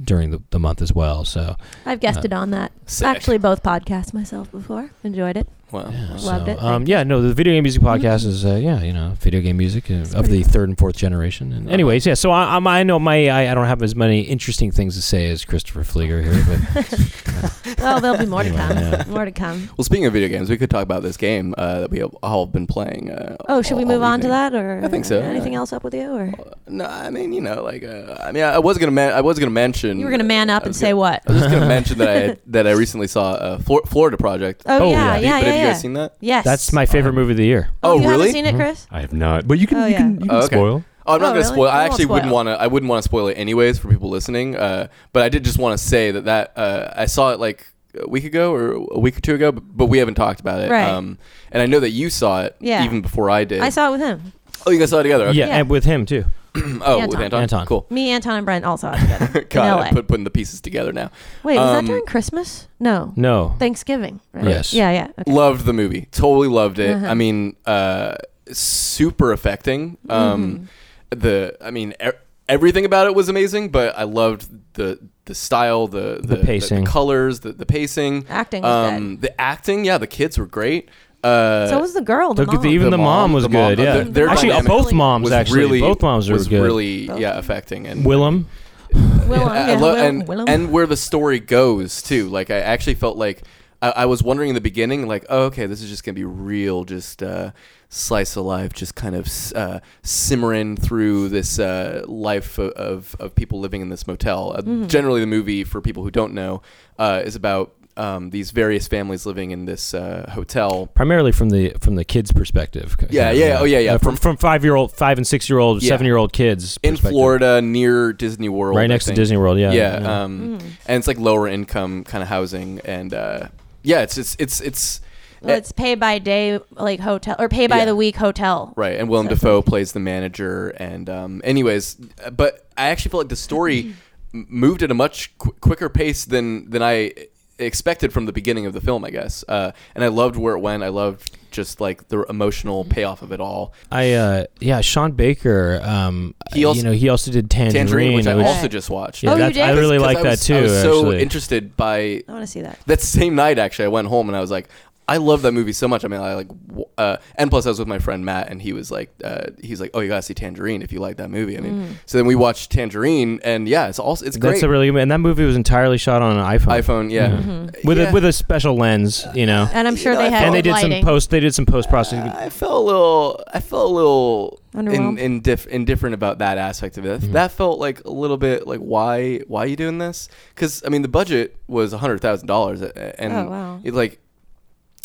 during the, the month as well. So I've guested on that. Sick. Actually, both podcasts myself before. Enjoyed it. Wow. yeah, so, Loved it. Um, Thank yeah, no, the video game music podcast is uh, yeah, you know, video game music uh, of pretty the third and fourth generation. And Uh-huh. anyways, yeah, so I, I'm, I know my I, I don't have as many interesting things to say as Christopher Flieger here, but. Oh, there'll be more to Anyway, come. yeah. More to come. Well, speaking of video games, we could talk about this game uh, that we have all been playing. Uh, Oh, should all- we all move on to evening. that, or I think so, Mm, Anything yeah. else up with you, or No, I mean, you know, like uh, I mean, I was gonna, men- I was gonna mention. you were gonna man up I and was say gonna- what? I was just gonna mention that I had, that I recently saw uh, Flor- Florida Project. Oh, Oh, yeah, yeah, yeah. yeah, but have you yeah. guys seen that? Yes, That's my favorite movie of the year. Oh, you haven't really? seen it, Mhm. Chris? I have not, but you can Oh, you yeah. can, you can Oh, okay. spoil. Oh, I'm not Oh, gonna really? spoil. I I won't actually wouldn't spoil. want to. I wouldn't want to spoil it anyways for people listening. Uh, but I did just want to say that that uh, I saw it like a week ago or a week or two ago, but, but we haven't talked about it. Um, Right. and I know that you saw it Yeah. even before I did. I saw it with him. oh, you guys saw it together. Okay. Yeah, Yeah. and with him too. Oh, with Anton. Anton. Anton. Cool. Me, Anton, and Brent all saw it together. God, LA. I'm put, putting the pieces together now. Wait, was Um, that during Christmas? No, No. Thanksgiving. Right? Yes. Yeah, yeah. Okay. Loved the movie. Totally loved it. Uh-huh. I mean, uh, super affecting. Um, Mm-hmm. The I mean, e- everything about it was amazing, but I loved the the style, the The pacing. the colors, the, the pacing, Um, Acting was the acting. Yeah, the kids were great. Uh, so was the girl. The, The- the- mom. even the, mom, was the mom, good. uh, yeah. their- their actually, uh, dynamic both moms was actually. really both moms were was good. really Both yeah moms. affecting and Willem. Willem, I- I yeah, lo- Will- and Willem. and where the story goes too. Like I actually felt like I, I was wondering in the beginning, like, oh, okay, this is just gonna be real, just uh, slice of life, just kind of s- uh, simmering through this uh, life of, of of people living in this motel. Uh, Generally, the movie for people who don't know uh, is about. Um, these various families living in this uh, hotel. Primarily from the from the kids' perspective. Yeah, yeah, oh, yeah, yeah. Uh, from from five year old, five and six year old, Yeah. seven year old kids in perspective. Florida near Disney World, I right next to think. Disney World. Yeah, yeah, Um, Hmm. and it's like lower income kind of housing, and uh, yeah, it's it's it's it's well, it's pay by day like hotel or pay by eh Yeah. the week hotel. right. And Willem So it's Dafoe plays the manager, and um, anyways, but I actually feel like the story m- moved at a much qu- quicker pace than than I expected from the beginning of the film, I guess. Uh, and I loved where it went. I loved just like the emotional payoff of it all. I uh, yeah, Sean Baker. Um, He also- you know, he also did Tangerine, Tangerine, which I which- also just watched. yeah, Oh, you that's- did? I really 'Cause like I that was- too. I was so actually. interested by I want to see that. that same night actually i went home and i was like i love that movie so much i mean i like w- uh, and plus i was with my friend matt and he was like uh, he's like oh you gotta see tangerine if you like that movie i mean so then we watched tangerine and yeah it's also it's great That's a really good. And that movie was entirely shot on an iPhone iphone yeah Uh, with Yeah. a with a special lens. You know, And I'm You sure know, I they had felt- and they did lighting. some post. They did some post processing. I felt a little. I felt a little in, Underwhelmed? indif- indifferent about that aspect of it. Mm-hmm. That felt like a little bit like why why are you doing this? Because I mean the budget was a hundred thousand dollars, and Oh, wow. it, like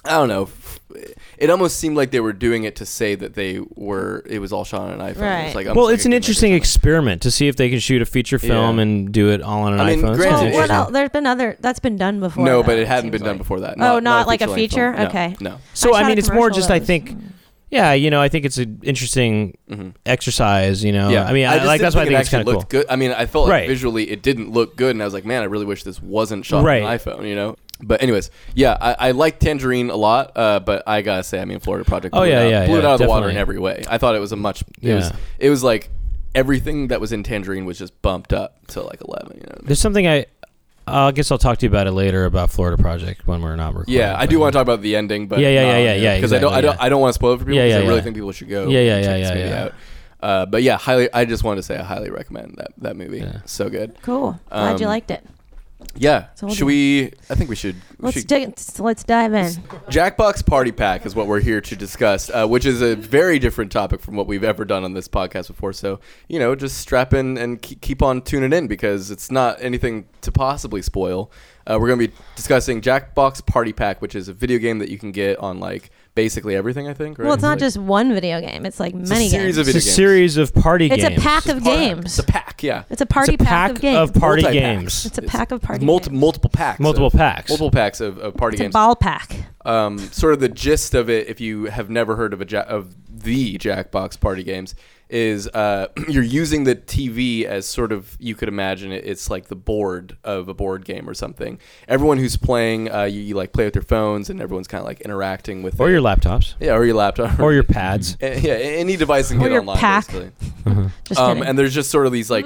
I don't know. It almost seemed like they were doing it to say that they were. It was all shot on an iPhone. Right. It's like, well, almost it's like a gimmick an or interesting something. experiment to see if they can shoot a feature film Yeah. and do it all on an I mean, iPhone. It's granted, kinda Well, it's what interesting. else? There's been other that's been done before. No, but though, it hadn't been seems done like. before that. Oh, not like a feature-length feature? film. No, Okay. No. So I I, shot mean, a it's more commercial just that I was- think, yeah, you know, I think it's an interesting hmm exercise. You know, yeah. I mean, I, just like didn't that's why I it think it's actually kind of cool. looked good. I mean, I felt like Right. visually it didn't look good, and I was like, man, I really wish this wasn't shot Right. on an iPhone. You know. But anyways, yeah, I, I like Tangerine a lot, uh, but I gotta say, I mean, Florida Project Oh, blew it yeah, out, yeah, blew it yeah, out of the water in definitely. every way. I thought it was a much, it was, Yeah. it was like everything that was in Tangerine was just bumped up to like eleven. You know, what I mean? There's something I, uh, I guess I'll talk to you about it later about Florida Project when we're not recording. Yeah, I do want to talk about the ending, but Yeah, yeah, not yeah, on yeah, air, yeah, Because I don't, I exactly, don't, yeah. I don't want to spoil it for people. Yeah, because yeah, I really yeah. think people should go. Yeah, yeah, check yeah, this yeah, movie yeah. out. Uh, but yeah, highly. I just wanted to say I highly recommend that that movie. Yeah. So good. Cool. Glad you Um, liked it. Yeah. So we'll should do- we? I think we should. we Let's should- dig, let's dive in. Jackbox Party Pack is what we're here to discuss, uh, which is a very different topic from what we've ever done on this podcast before. So, you know, just strap in and ke- keep on tuning in because it's not anything to possibly spoil. Uh, we're going to be discussing Jackbox Party Pack, which is a video game that you can get on like basically everything, I think. Right? Well, it's not Like, just one video game. It's like it's many a series games. of It's video a games. series of party it's games. a pack of games. It's a pack, yeah. It's a party it's a pack of games. party Multi-pack. games. it's a pack of party Multi- games. multiple packs. Multiple of- packs. Multiple packs of, of party It's a games. ball pack. um, sort of the gist of it, if you have never heard of a ja- of the Jackbox party games, is uh, you're using the TV as sort of you could imagine it. It's like the board of a board game or something. Everyone who's playing, uh, you, you like play with their phones, and everyone's kind of like interacting with or it. your laptops, yeah, or your laptop, or your pads. yeah, any device can Or get your online. pack. Basically. Just Um, kidding. and there's just sort of these like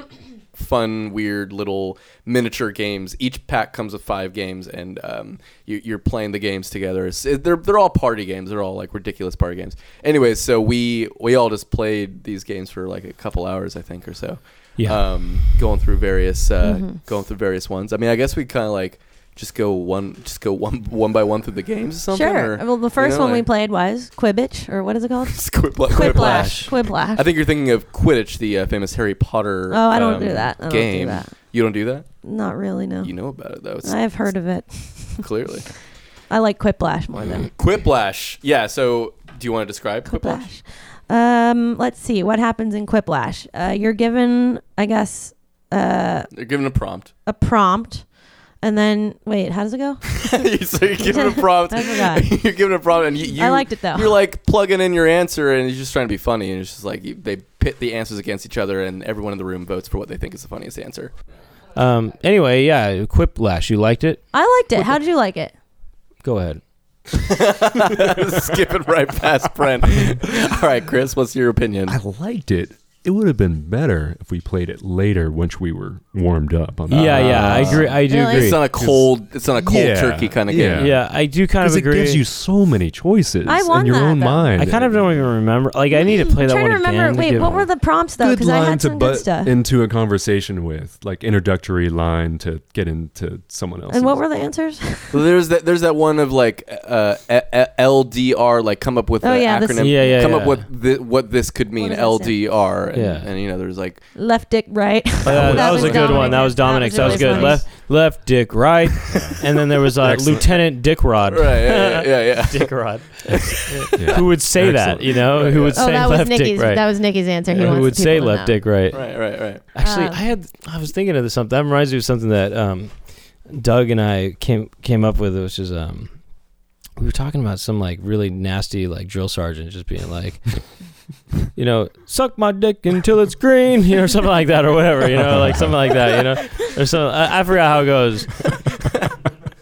fun, weird little miniature games. Each pack comes with five games, and um, you, you're playing the games together. It's, it- they're they're all party games. They're all like ridiculous party games. Anyways, so we we all just played these games for like a couple hours, I think, or so. Yeah. Um, going through various uh, Mm-hmm. going through various ones. I mean, I guess we kind of like just go one just go one one by one through the games or something. sure. or, well, the first you know, one we like- played was Quibbitch, or what is it called? Quiplash. Quiplash. Quiplash. I think you're thinking of Quidditch, the uh, famous Harry Potter. Oh, I don't um, do that. I don't do game. that. You don't do that. Not really. No. You know about it though. It's I've heard of it. clearly. I like Quiplash more than Quiplash. Yeah. So, do you want to describe Mm-hmm. Quiplash? Quiplash. Um, let's see what happens in Quiplash. Uh, you're given, I guess, uh, They're given a prompt. a prompt, and then wait, how does it go? so you're given a prompt. I forgot. you're given a prompt, and you, you I liked it though. You're like plugging in your answer, and you're just trying to be funny, and it's just like you, they pit the answers against each other, and everyone in the room votes for what they think is the funniest answer. Mm-hmm. Um. Anyway, yeah, Quiplash. You liked it? I liked it. How did you like it? Go ahead. Skipping right past Brent. All right, Chris, what's your opinion? I liked it. It would have been better if we played it later once we were warmed up. Uh, On yeah, yeah, I agree. I do Really? agree. It's not a cold. It's not a cold Yeah, turkey kind of yeah. game. yeah, I do kind of Because it agree. gives you so many choices I want in your that, own though. mind. I kind of don't even remember. Like, I need to play I'm that trying one to remember. again. wait, Give what it- were the prompts though? Good Because I line had to some good butt stuff. into a conversation with, like introductory line to get into someone else. And what were the answers? Well, there's that. There's that one of like uh, uh, LDR, like come up with Oh, the yeah, this- acronym. Yeah, yeah, come up yeah. with thi- what this could mean. does that LDR. And, Yeah. and you know, there's like Left, dick, right. Uh, that, That was, was a good one. That Dominic. That was was Dominic's. That was, really good. funny. Left, left, Dick, right, and then there was uh, Excellent. Lieutenant Dick Rod. right, yeah, yeah, yeah. yeah. Dick Rod. Yeah. Who would say Excellent. that? You know, who would oh, say that was left, Nikki's. dick, right? That was Nikki's answer. He who wants would the say people to left, know. dick, right? right, right, right. Actually, Um, I had. I was thinking of this something. That reminds me of something that um, Doug and I came came up with, which is um, we were talking about some like really nasty like drill sergeant just being like. You know, suck my dick until it's green, you know, something like that, or whatever, you know, like something like that, you know, or something. I, I forgot how it goes.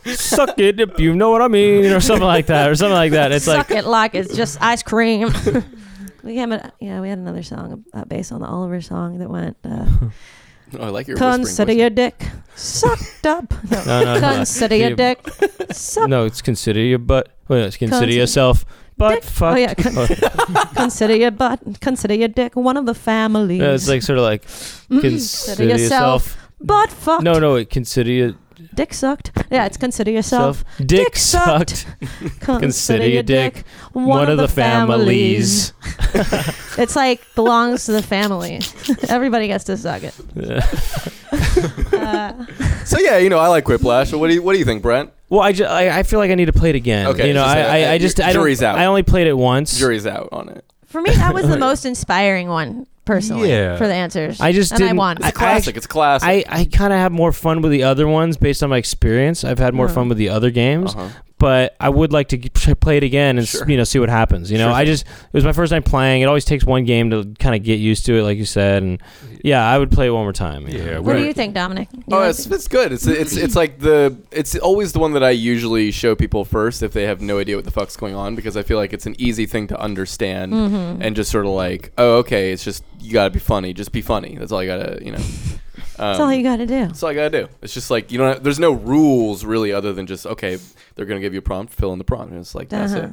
suck it if you know what I mean, or something like that, or something like that. It's like Suck it like it's just ice cream. we had a, yeah, we had another song uh, based on the Oliver song that went uh, Oh, I like your consider whispering. your dick sucked up. No, No, no, no. consider your You- dick sucked. No, it's consider your butt. Wait, no, it's consider Consider- yourself. But Dick. fuck. Oh, yeah, con- consider your butt. Consider your dick one of the families. No, it's like sort of like consider yourself. Butt fucked. No, no, wait, consider yourself. Dick sucked. Yeah, it's consider yourself. Dick, Dick sucked. sucked. Consider your dick one, of the families. It's like belongs to the family. Everybody gets to suck it. families. Uh, So yeah, you know, I like Quiplash. So what do you What do you think, Brent? Well, I, ju- I, I feel like I need to play it again. Okay, You know, just, I, uh, I, uh, I just I jury's don't, out. I only played it once. Jury's out on it. For me, that was the most inspiring one personally Yeah. for the answers. I just and I didn't- won. I- It's classic. it's classic. I, I kind of had more fun with the other ones based on my experience. I've had more Yeah. fun with the other games, Uh-huh. but I would like to g- p- play it again and s- Sure. you know see what happens. You know, Sure I thing. just it was my first time playing. It always takes one game to kind of get used to it, like you said. And yeah, I would play it one more time. you Yeah, know. what do Right. you think, Dominic? You Oh, like it's, it's good. It's it's it's like the it's always the one that I usually show people first if they have no idea what the fuck's going on because I feel like it's an easy thing to understand and just sort of like oh okay it's just you gotta be funny just be funny that's all you gotta you know That's all you got to do. that's all I gotta do. It's just like you don't. Have, there's no rules really, other than just okay, they're gonna give you a prompt, fill in the prompt, and it's like that's Uh-huh. it.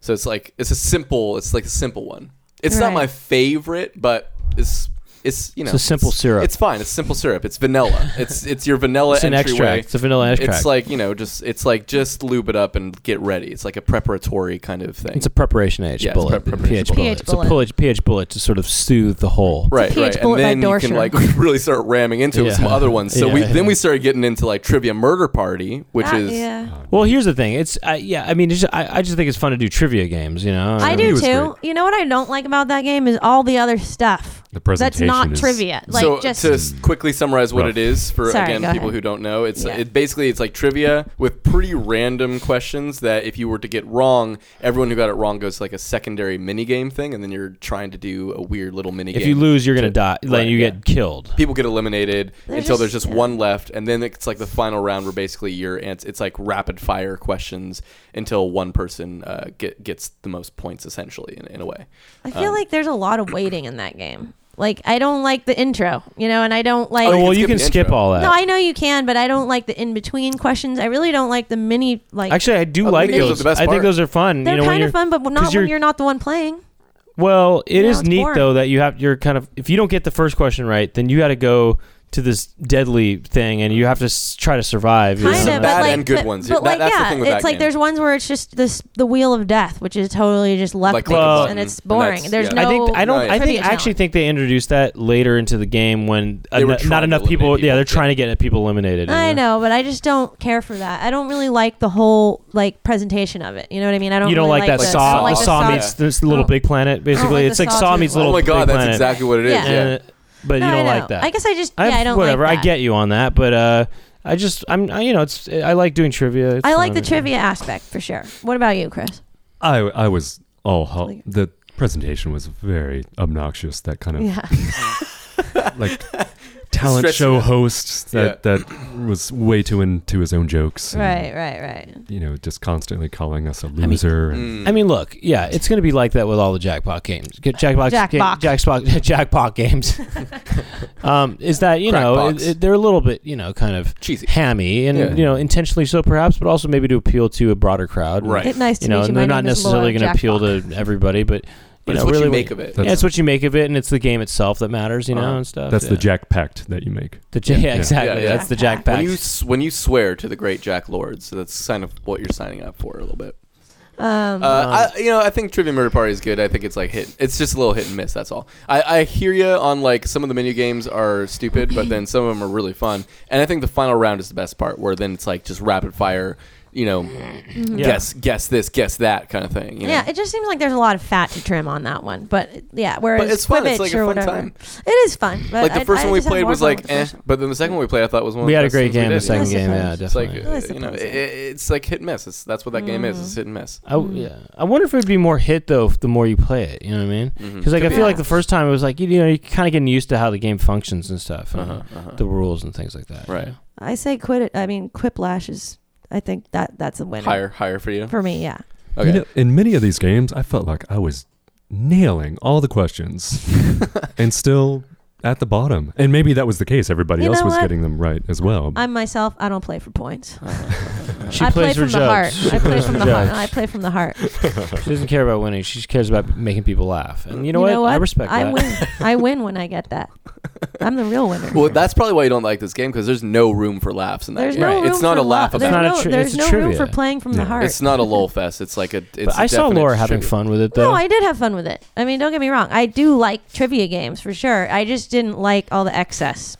So it's like it's a simple. It's like a simple one. It's not my Right. favorite, but it's it's you know It's a simple syrup. It's fine. It's simple syrup. It's vanilla. it's it's your vanilla It's an entryway. extract. It's a vanilla extract. It's like you know just it's like just lube it up and get ready. It's like a preparatory kind of thing. It's a preparation age Yeah, it's bullet. pre- preparation pH bullet. bullet. pH It's a bullet. pH, pH bullet to sort of soothe the hole. right, pH right. bullet And by then you can Dorsher. like really start ramming into Yeah. some other ones. So Yeah. we then we started getting into like trivia murder party, which Ah, is uh, yeah. Well, here's the thing. It's I yeah. I mean, it's just, I I just think it's fun to do trivia games. You know, I do too. You know what I don't like about that game is all the other stuff. The That's presentation not is- trivia. Like so just to s- quickly summarize what Rough. it is for Sorry, again go people ahead. who don't know, it's Yeah. it basically it's like trivia with pretty random questions that if you were to get wrong, everyone who got it wrong goes to like a secondary mini game thing, and then you're trying to do a weird little mini game. if you lose, you're gonna die. Like Right, you yeah. get killed. people get eliminated They're until there's just- just yeah. one left, and then it's like the final round where basically you're ans- it's like rapid fire questions until one person uh, get, gets the most points essentially in, in a way. I feel like there's a lot of waiting in that game. Like I don't like the intro, you know, and I don't like Oh, Oh, you well, can you skip can the skip intro. all that. No, I know you can, but I don't like the in between questions. I really don't like the mini like Actually, I do Oh, like mini games are those. the best I part. think those are fun. they're you know, when kind you're, of fun, but not when 'cause you're- you're not the one playing. Well, it know, is it's neat boring. though that you have you're kind of if you don't get the first question right, then you got to go to this deadly thing and you have to s- try to survive. you There's Kind know? some of, bad but like, and good but, ones. But That- like, that's the yeah, thing with it's that like game. there's ones where it's just this the wheel of death, which is totally just left Like things, click a Well, and it's button, and boring. that's- there's yeah. no. I think I don't. Right. I think trivia I actually challenge. think they introduced that later into the game when They were ena- trying not to enough eliminate people. people, Yeah, they're trying yeah. to get people eliminated. uh, I you know, but I just don't care for that. I don't really like the whole like presentation of it. You know what I mean? I don't. you don't really like that the, the- saw. I don't like the the saw, saw- meets this little Oh. big planet. Basically, like it's the like saw saw too. meets Oh little. oh my god, big that's planet. exactly what it is. Yeah. Yeah. And- but No, you I don't know. like that. I guess I just. I've- yeah, I don't. whatever. Like I that. get you on that, but uh, I just I'm I, you know it's I like doing trivia. It's I like the fun. trivia aspect for sure. What about you, Chris? I I was all ho- Like- the presentation was very obnoxious. That kind of Yeah. like talent Stretch show it. host that that was way too into his own jokes. and, Right, right, right. You know, just constantly calling us a loser. Mm. and I mean, look, yeah, it's going to be like that with all the jackpot games. Get Jackbox, Jackbox. ga- jackspot, jackpot games. um, is that you know Crackbox. it, it- they're a little bit you know kind of Cheesy. hammy and Yeah. you know intentionally so perhaps, but also maybe to appeal to a broader crowd. Right. It, nice to You know, meet you. and My they're not name is necessarily Laura going to appeal Jackbox. to everybody, but you But it's know, what really you make of it. Yeah, That's- it's what you make of it, and it's the game itself that matters, you know, Uh-huh. and stuff. that's Oh, yeah. the jack pact that you make. The ja- yeah, exactly. Yeah, yeah. That's the jackpack. When you s- when you swear to the great Jack Lords, so that's a sign of what you're signing up for a little bit. Um, Uh, I, you know, I think Trivia Murder Party is good. I think it's like hit. It's just a little hit and miss. That's all. I, I hear you on like some of the menu games are stupid, but then some of them are really fun. And I think the final round is the best part, where then it's like just rapid fire. You know, Mm-hmm. guess guess this, guess that kind of thing. you yeah, know? it just seems like there's a lot of fat to trim on that one, but yeah, whereas But it's fun. It's Quidditch like a or fun whatever, time. it is fun. But like the I- first I one we just had played more was fun like, with the eh, first one. but then the second one we played, I thought was one. Of we the had a best great things we game. The did, you know? second I game, yeah, suppose. It's like definitely. Oh, I uh, you know, suppose, Mm-hmm. it, yeah. it's like hit and miss. It's, that's what that game is. It's hit and miss. I, yeah. I wonder if it would be more hit though the more you play it. You know what I mean? Mhm. Because like I Could feel be. like the first time it was like you, you know you're kind of getting used to how the game functions and stuff, and Uh-huh, uh-huh. Mm-hmm. the rules and things like that. you Right. know? I say Quidditch. I mean, Quiplash is. I think that that's a winner Higher, higher for you. for me. Yeah. Okay. You know, in many of these games, I felt like I was nailing all the questions and still at the bottom. And maybe that was the case. Everybody You else know was what? getting them right as well. I'm myself. I don't play for points. She I play plays from for the heart. jokes. I She play plays from for the heart. jokes. I play from the heart. She doesn't care about winning. She just cares about making people laugh. And you know, what? I respect I that. win. I win when I get that. I'm the real winner. Well, that's probably why you don't like this game because there's no room for laughs in that there's game. no room it's not for a laugh lo- about. It's There's not a no, tri- there's it's a no room for trivia. playing from the Yeah. heart. It's not a lull fest. It's like a. It's But a I saw definite Laura having tribute. fun with it though. no, I did have fun with it. I mean, don't get me wrong. I do like trivia games for sure. I just didn't like all the excess.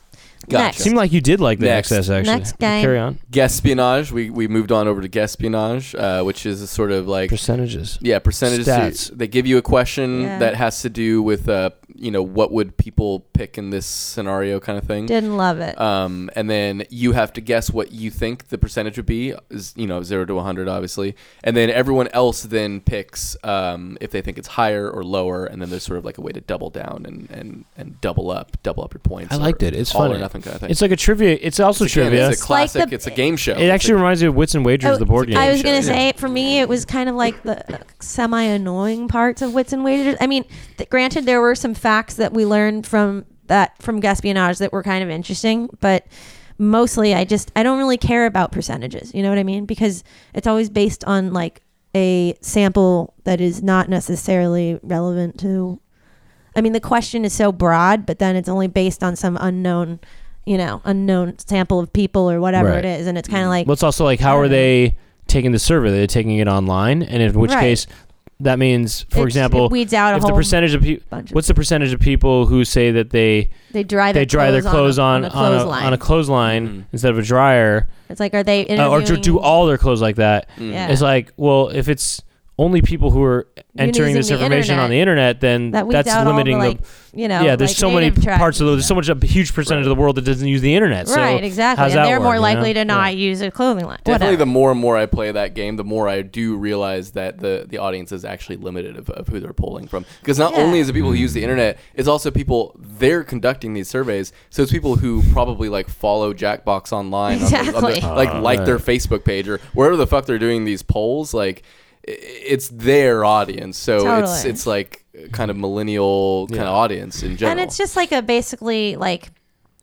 Gotcha. Next. Seemed like you did like the Next. excess actually. Next But game. Carry on. Gaspionage. We we moved on over to Gaspionage, uh, which is a sort of like Percentages. yeah percentages. Stats. They give you a question Yeah. that has to do with uh, you know what would people pick in this scenario kind of thing. Didn't love it. Um, and then you have to guess what you think the percentage would be. Is you know zero to one hundred, obviously. And then everyone else then picks um, if they think it's higher or lower. And then there's sort of like a way to double down and and, and double up, double up your points. I or liked it. It's all or funny. nothing kind of thing. It's like a trivia. It's also It's, again, trivia. It's a like classic. the- it's a game show. it actually reminds me of Wits and Wagers, Oh, the board it's game. a I was show, gonna yeah. say, for me, it was kind of like the uh, semi-annoying parts of Wits and Wagers. I mean, th- granted, there were some facts that we learned from that from Gaspionage that were kind of interesting, but mostly, I just I don't really care about percentages. You know what I mean? Because it's always based on like a sample that is not necessarily relevant to. I mean, the question is so broad, but then it's only based on some unknown, you know, unknown sample of people or whatever Right. Mm. it is, and it's kind of like uh, Well, it's also like how are they taking the survey? They're taking it online, and in which Right. case, that means, for it's- example, it weeds out a if whole the percentage of people, bunch of what's the percentage of people who say that they They dry their they dry their clothes on a on a, clothesline. on a clothesline Mhm. instead of a dryer, it's like are they uh, or to interviewing do all their clothes like that? Mm. Yeah. It's like, well, if it's only people who are entering using this the information on the internet, then that weeds that's out limiting all the, like, you know yeah, there's like so many native tribes. parts of the there's so much a huge percentage of the world that doesn't use the internet. So right exactly how's and that they're work, more you likely know? to not use a clothing line Definitely, Whatever. the more and more I play that game, the more I do realize that the, the audience is actually limited of, of who they're polling from. Because not Yeah. only is it people who use the internet, it's also people they're conducting these surveys. So it's people who probably like follow Jackbox online, on the- on the- Exactly. like like their Facebook page or wherever the fuck they're doing these polls. Like i- it's their audience, so it's Totally. it's like kind of millennial kind of audience in general. and it's just like a basically like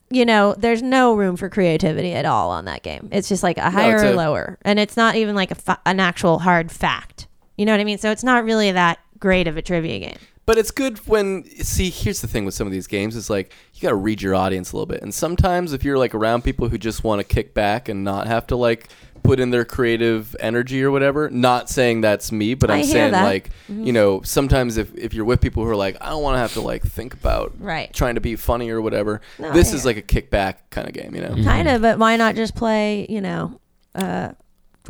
you know there's no room for creativity at all on that game it's just like a higher it's or a- lower and it's not even like a fa- an actual hard fact you know what i mean so it's not really that great of a trivia game But it's good when see. Here's the thing with some of these games: is like you got to read your audience a little bit. And sometimes if you're like around people who just want to kick back and not have to like put in their creative energy or whatever. Not saying that's me, but I I'm hear saying that. Mm-hmm. like you know sometimes if if you're with people who are like I don't want to have to like think about Right. trying to be funny or whatever. No, this I is hear like a kickback kind of game, you know. Mm-hmm. kind of but why not just play you know uh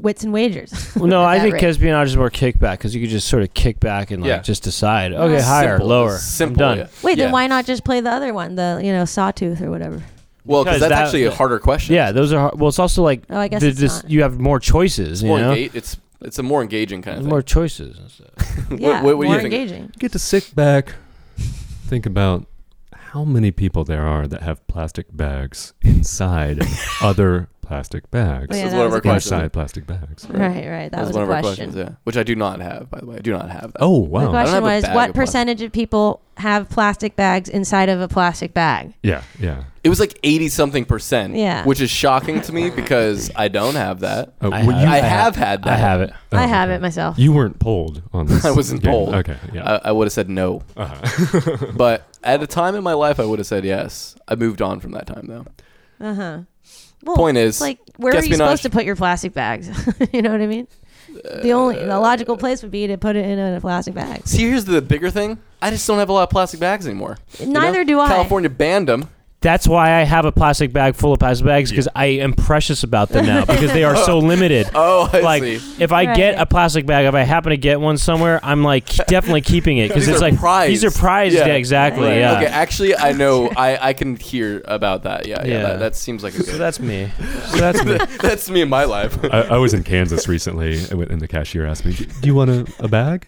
wits and wagers Well, no, At I that think rate. espionage is more kickback because you could just sort of kick back and like Yeah. just decide. Okay, higher, Simple. lower. Simple, I'm done. yeah. Wait, Yeah. then why not just play the other one, the you know sawtooth or whatever? Well, because Because that's that- actually a harder question. Yeah, those are hard. well. It's also like Oh, I guess the- it's this- not. you have more choices. You more know, engage, it's it's a more engaging kind of thing. more choices. and stuff. Yeah, what do you more think? engaging. Get to sit back, think about how many people there are that have plastic bags inside other plastic bags. this Oh, Yeah, is that one of was our a good questions. Inside plastic bags. Right, right. That, That was, one a of our question. questions, yeah. Which I do not have, by the way. I do not have that. Oh The wow! question have a was, bag what of plastic. percentage of people have plastic bags inside of a plastic bag? yeah, yeah. It was like eighty something percent. Yeah. Which is shocking to me because I don't have that. Oh, I were have- you- I have had that. I have it. oh, I have okay. it myself. You weren't polled on this. I wasn't game. polled. Uh, Okay, yeah. I, I would have said no. Uh-huh. But at a time in my life, I would have said yes. I moved on from that time, though. Uh huh. Well, Point is, it's like where are you Gaspinage- supposed to put your plastic bags? you know what I mean? The only Uh, the logical place would be to put it in a plastic bag. See, here's the bigger thing. I just don't have a lot of plastic bags anymore. you know? Neither do I. California banned them. That's why I have a plastic bag full of plastic bags because I am precious about them now because they are so limited. Oh, I like see. if I Right. get a plastic bag, if I happen to get one somewhere, I'm like definitely keeping it because These it's are like prized. these are prized. Yeah. Yeah, exactly. Right. Yeah. Okay, actually, I know. I, I can hear about that. Yeah, yeah. Yeah. That, that seems like a So good. that's me. So that's me. that's me in my life. I, I was in Kansas recently, and when- and the cashier asked me, "Do you want a, a bag,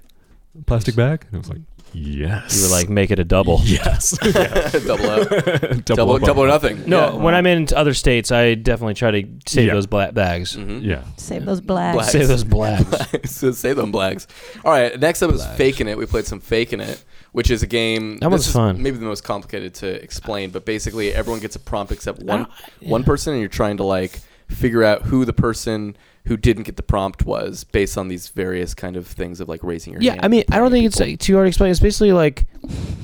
a plastic bag?" And I was like, "Yes." You were like, make it a double. "Yes." Yeah. double up. double, Double, up on double or it. nothing. No, Yeah. when I'm in other states, I definitely try to save Yeah. those black bags. Mhm. Yeah. Save those blags. Blags. Save those blacks. so say them blacks. All right, next up is faking it. We played some faking it, which is a game That this one's is fun. Maybe the most complicated to explain, but basically everyone gets a prompt except one one person, and you're trying to like figure out who the person who didn't get the prompt was based on these various kind of things of like raising your yeah, hand. I mean, I don't think pointing it's people. like, too hard to explain. It's basically like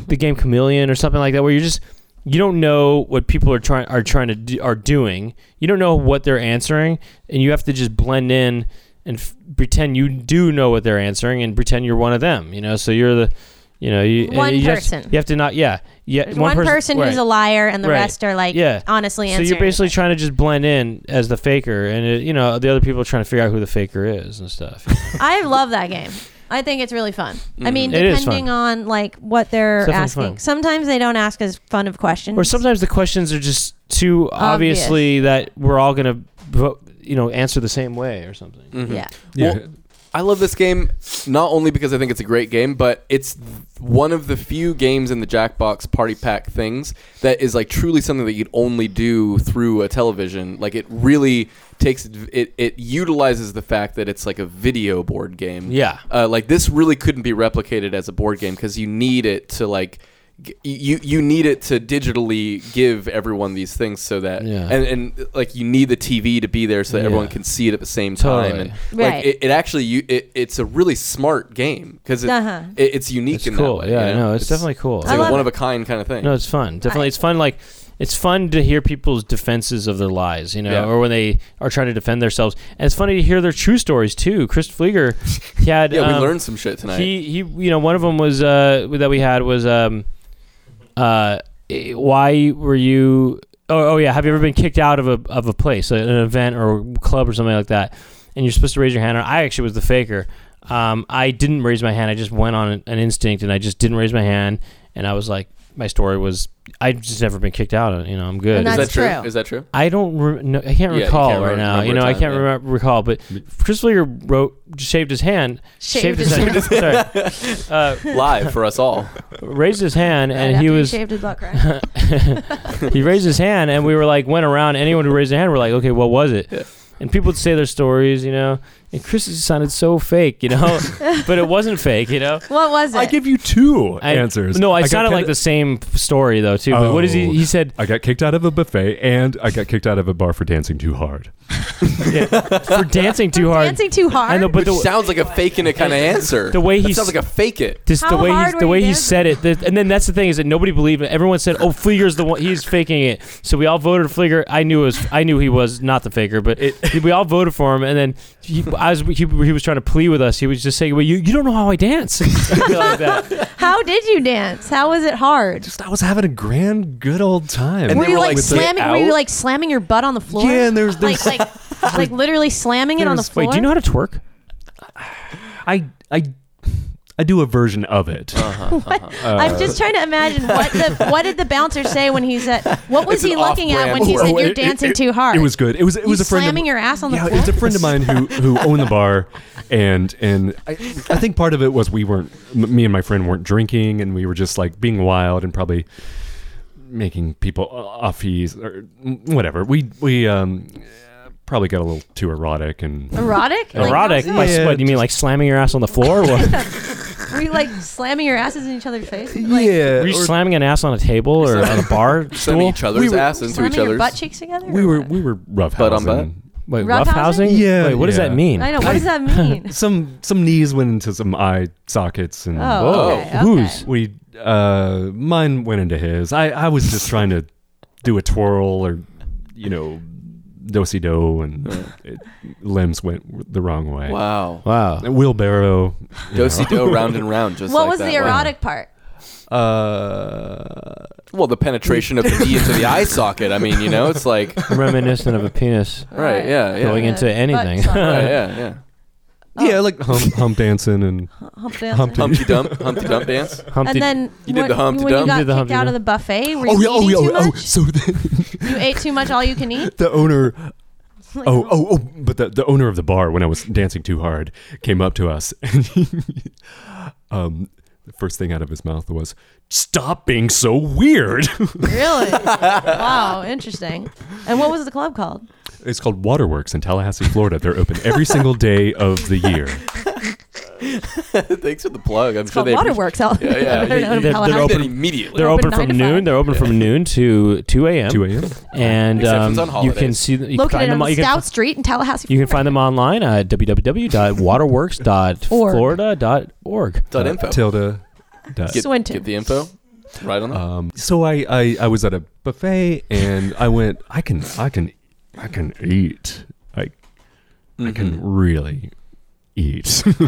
the game Chameleon or something like that, where you're just you don't know what people are trying are trying to do, are doing. You don't know what they're answering, and you have to just blend in and f- pretend you do know what they're answering and pretend you're one of them. You know, so you're the You know, you and One you just- person. you have to not. Yeah, yeah. There's one, person, who's right. a liar, and the Right. rest are like Yeah. honestly So answering. you're basically trying to just blend in as the faker, and it, you know the other people are trying to figure out who the faker is and stuff. I love that game. I think it's really fun. I mean, It is depending fun. on like what they're It's definitely asking. fun. Sometimes they don't ask as fun of questions. or sometimes the questions are just too Obvious. obviously that we're all gonna, vo- you know, answer the same way or something. Mm, yeah. Yeah. Well, I love this game not only because I think it's a great game, but it's one of the few games in the Jackbox Party Pack things that is like truly something that you'd only do through a television. Like it really takes it it utilizes the fact that it's like a video board game. Yeah. Uh, like this really couldn't be replicated as a board game because you need it to like g- you you need it to digitally give everyone these things so that Yeah. and and like you need the TV to be there so that everyone Yeah. can see it at the same time Totally. and like Right. it, it actually you it, it's a really smart game because it, Uh-huh. it- it's unique It's in cool. that way, yeah, you know? no, it's, definitely cool. it's I like love a one of it. a kind kind of thing No, it's fun. Definitely, I- it's fun. Like it's fun to hear people's defenses of their lies, you know, Yeah. or when they are trying to defend themselves. And it's funny to hear their true stories too. Chris Flieger, he had yeah we um, learned some shit tonight He he, you know, one of them was uh that we had was um uh eh, why were you? Oh, oh yeah, have you ever been kicked out of a of a place, an event or a club or something like that? And you're supposed to raise your hand. And I actually was the faker. Um, I didn't raise my hand. I just went on an instinct, and I just didn't raise my hand. And I was like, my story was, I've just never been kicked out. You know, I'm good. And is that's that true? true. is that true I don't. Re- no, I can't Yeah, you recall can't right re- now. remember You know, a I time, can't yeah. remember, recall. But Chris Lear wrote, shaved his hand, Shaved his hand. Sorry, uh, live for us all raised his hand, Right and after he you was shaved his butt crack. he raised his hand, and we were like went around. Anyone who raised their hand, we're like, okay, what was it? Yeah. And people would say their stories, you know. And Chris just sounded so fake, you know, but it wasn't fake, you know. what was it? I give you two I- answers. No, I, got sounded kicked- like the same story though too. But what is he? Oh. He said I got kicked out of a buffet and I got kicked out of a bar for dancing too hard. for dancing too hard. Dancing too hard. I know, but which the, sounds like a faking it kind of answer the way That he sounds like a fake it Just the How way hard he, were the you way he dancing? said it, the, and then that's the thing is that nobody believed it. Everyone said, "Oh, Flieger's the one. He's faking it." So we all voted for Flieger. I knew it was, I knew he was not the faker, but we all voted for him. And then he, I was, he, he was trying to plea with us. He was just saying, "Well, you, you don't know how I dance." like that. How did you dance? How was it hard? Just I was having a grand, good old time. And were they you were, like, like, sit slamming? Were you out? like slamming your butt on the floor? Yeah, and there's- like like like literally slamming it on the There's- Wait, floor. do you know how to twerk? I I I do a version of it. Uh-huh. I'm just trying to imagine what the what did the bouncer say when he said what was It's he an looking at off-brand when he word. said Oh, you're it- it- dancing it- too hard? It was good. It was it You was a friend slamming of, your ass on the yeah, floor. it's a friend of mine who who owned the bar, and and I, I think part of it was we weren't m- me and my friend weren't drinking, and we were just like being wild and probably making people o- offies or whatever. We we um probably got a little too erotic and erotic. Like, Erotic? how's By Yeah, what? You mean like slamming your ass on the floor? What? it? Were you like slamming your asses in each other's face? Like, Were you or- slamming an ass on a table or on a bar sending stool? each other's We were- ass into Slamming each your other's butt cheeks together. we or were what? we were rough Butt on butt? Wait, Roughhousing? roughhousing? Yeah, Wait, what does yeah. that mean? I know. What does that mean? some some knees went into some eye sockets and Oh, Whoa. okay, okay. Who's? we uh mine went into his i i was just trying to do a twirl or you know do-si do and it, limbs went the wrong way wow Wow. A wheelbarrow do si do round and round just What like was that. the Wow. erotic part? uh well the penetration of the knee into the eye socket I mean you know it's like Reminiscent of a penis. right yeah yeah Going right, in- into Butt anything. suck. yeah yeah Oh. yeah like hump, hump dancing and Hump dancing. Humpty- Humpty Dump Humpty Dump dance And Humpty then You did when- the Humpty when Dump? you got Did the kicked Humpty out of Dump. the buffet, Oh, were you eating too much? so the, You ate too much, all you can eat. the owner oh oh oh but the, the owner of the bar when i was dancing too hard came up to us and he, um the first thing out of his mouth was stop being so weird Really? wow, interesting. And what was the club called? It's called Waterworks in Tallahassee, Florida. They're open every single day of the year. Thanks for the plug. I'm It's sure called they Waterworks. Out Yeah, yeah. I don't know They're- they're how it They're happened. open immediately. They're open nine open, from to five. noon. They're open from noon to 2 a.m. 2 a.m. And Exceptions um, on you can holidays. see them. You can Located on find them, on- you can, Stout Street in Tallahassee. you can Florida. find them online at www.waterworks.florida.org. Dot info. Tilda. Dot. Get, Swinton. get the info. Right on that. Um, so I, I I was at a buffet and I went. I can I can I can eat. I Mm-hmm. Uh-huh. I can really eat.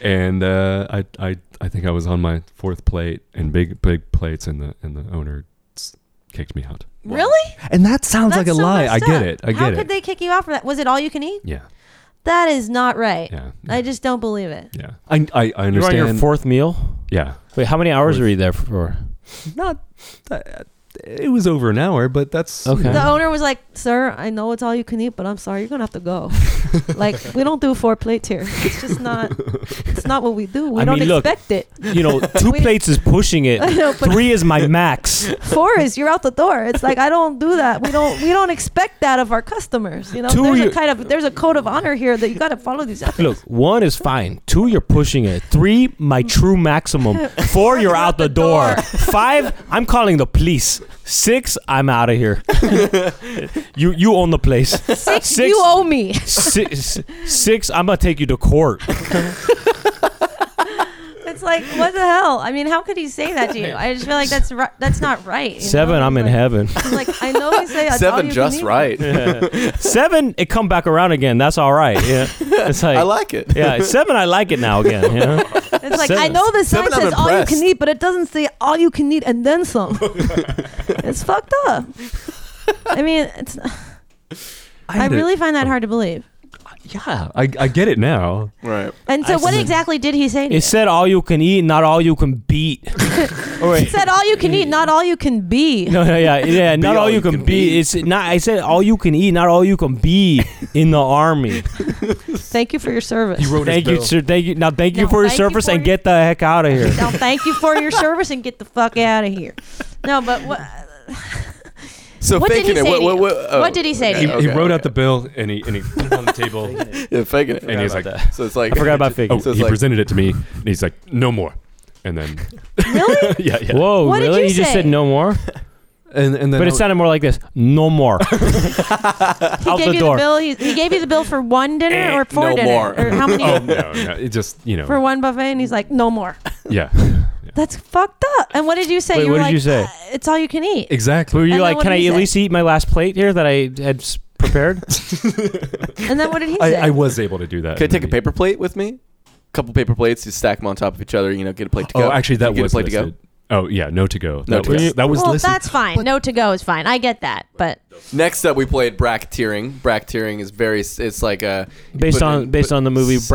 and uh, I, I, I think I was on my fourth plate and big, big plates, and the and the owner s- kicked me out. Really? And that sounds like a That's so lie. I messed get up. it. I How get could it. they kick you out for that? Was it all you can eat? yeah, That is not right. yeah, I just don't believe it. yeah. I, I, I You're on understand. your fourth meal. yeah, Wait, how many hours were you there for? not. that- it was over an hour, but that's Okay. The owner was like, "Sir, I know it's all you can eat, but I'm sorry, you're gonna have to go. like, we don't do four plates here. It's just not. It's not what we do. We I don't mean, look. expect it. You know, two Wait. plates is pushing it. I know, but Three is my max. four is you're out the door. It's like I don't do that. We don't. We don't expect that of our customers. You know, Two there's you- a kind of there's a code of honor here that you got to follow these. ethics. Look, one is fine. Two, you're pushing it. Three, my true maximum. Four, you're out the door. Five, I'm calling the police. Six, I'm out of here. you you own the place. Six, Six- you owe me. Six, six I'm gonna take you to court. It's like what the hell? I mean, how could he say that to you? I just feel like that's ri- that's not right. you Seven, know? I'm in Like- heaven. Like I know you say that's all Seven you just can eat. right. Seven, it come back around again. That's all right. Yeah, it's like, I like it. yeah. Seven, I like it now again. You know? It's like I Seven. know the sign Seven, I'm says all you can impressed. eat, but it doesn't say all you can eat and then some. it's fucked up. I mean, it's, I had a- really find that Oh. hard to believe. yeah. I, I get it now. Right. And so, what exactly did he say? To you? It said all you can eat, not all you can beat. All right. It said all you can eat, not all you can be. No, no, yeah, yeah. Not all, you can, be. It's not. I said all you can eat, not all you can be in the army. Thank you for your service. thank you, sir. Thank you. Now, thank you No, for your thank you service for and your- get the heck out of here. Now, thank you for your service and get the fuck out of here. No, but what? So What did faking he it. say What, to what, you? what, oh, What did he say to okay, He, you? he okay, wrote out the okay. bill and he and he put it on the table Yeah, faking it. and he's like, So it's like I forgot about figures. oh, So it's he like- presented it to me and he's like, no more. And then Really? yeah, yeah. Whoa, What did really? you you just say? said no more, and and then but it sounded more like this: no more. He Out gave the you door. the Eh, bill. He, he gave you the bill for one dinner or four no dinner more. or how many Oh no, no, it just you know for one buffet? And he's like, no more. yeah, yeah. That's fucked up. And what did you say? Wait, you were what did like, you say? "Uh, It's all you can eat. exactly. Were you And then like, what can did I he at say?" least eat my last plate here that I had s- prepared? And then what did he I, say? I was able to do that. Can I and take a then he- paper plate with me? couple paper plates, you stack them on top of each other, you know, get a plate to go. Oh, actually, Did you that get was a plate to listed. Oh yeah, no to go. No that to was, go. That was well, listed. that's fine. no to go is fine. I get that. But go. Next up, we played bracketeering. Bracketeering is very, s- it's like a. you Based put on in- based put- on the movie so-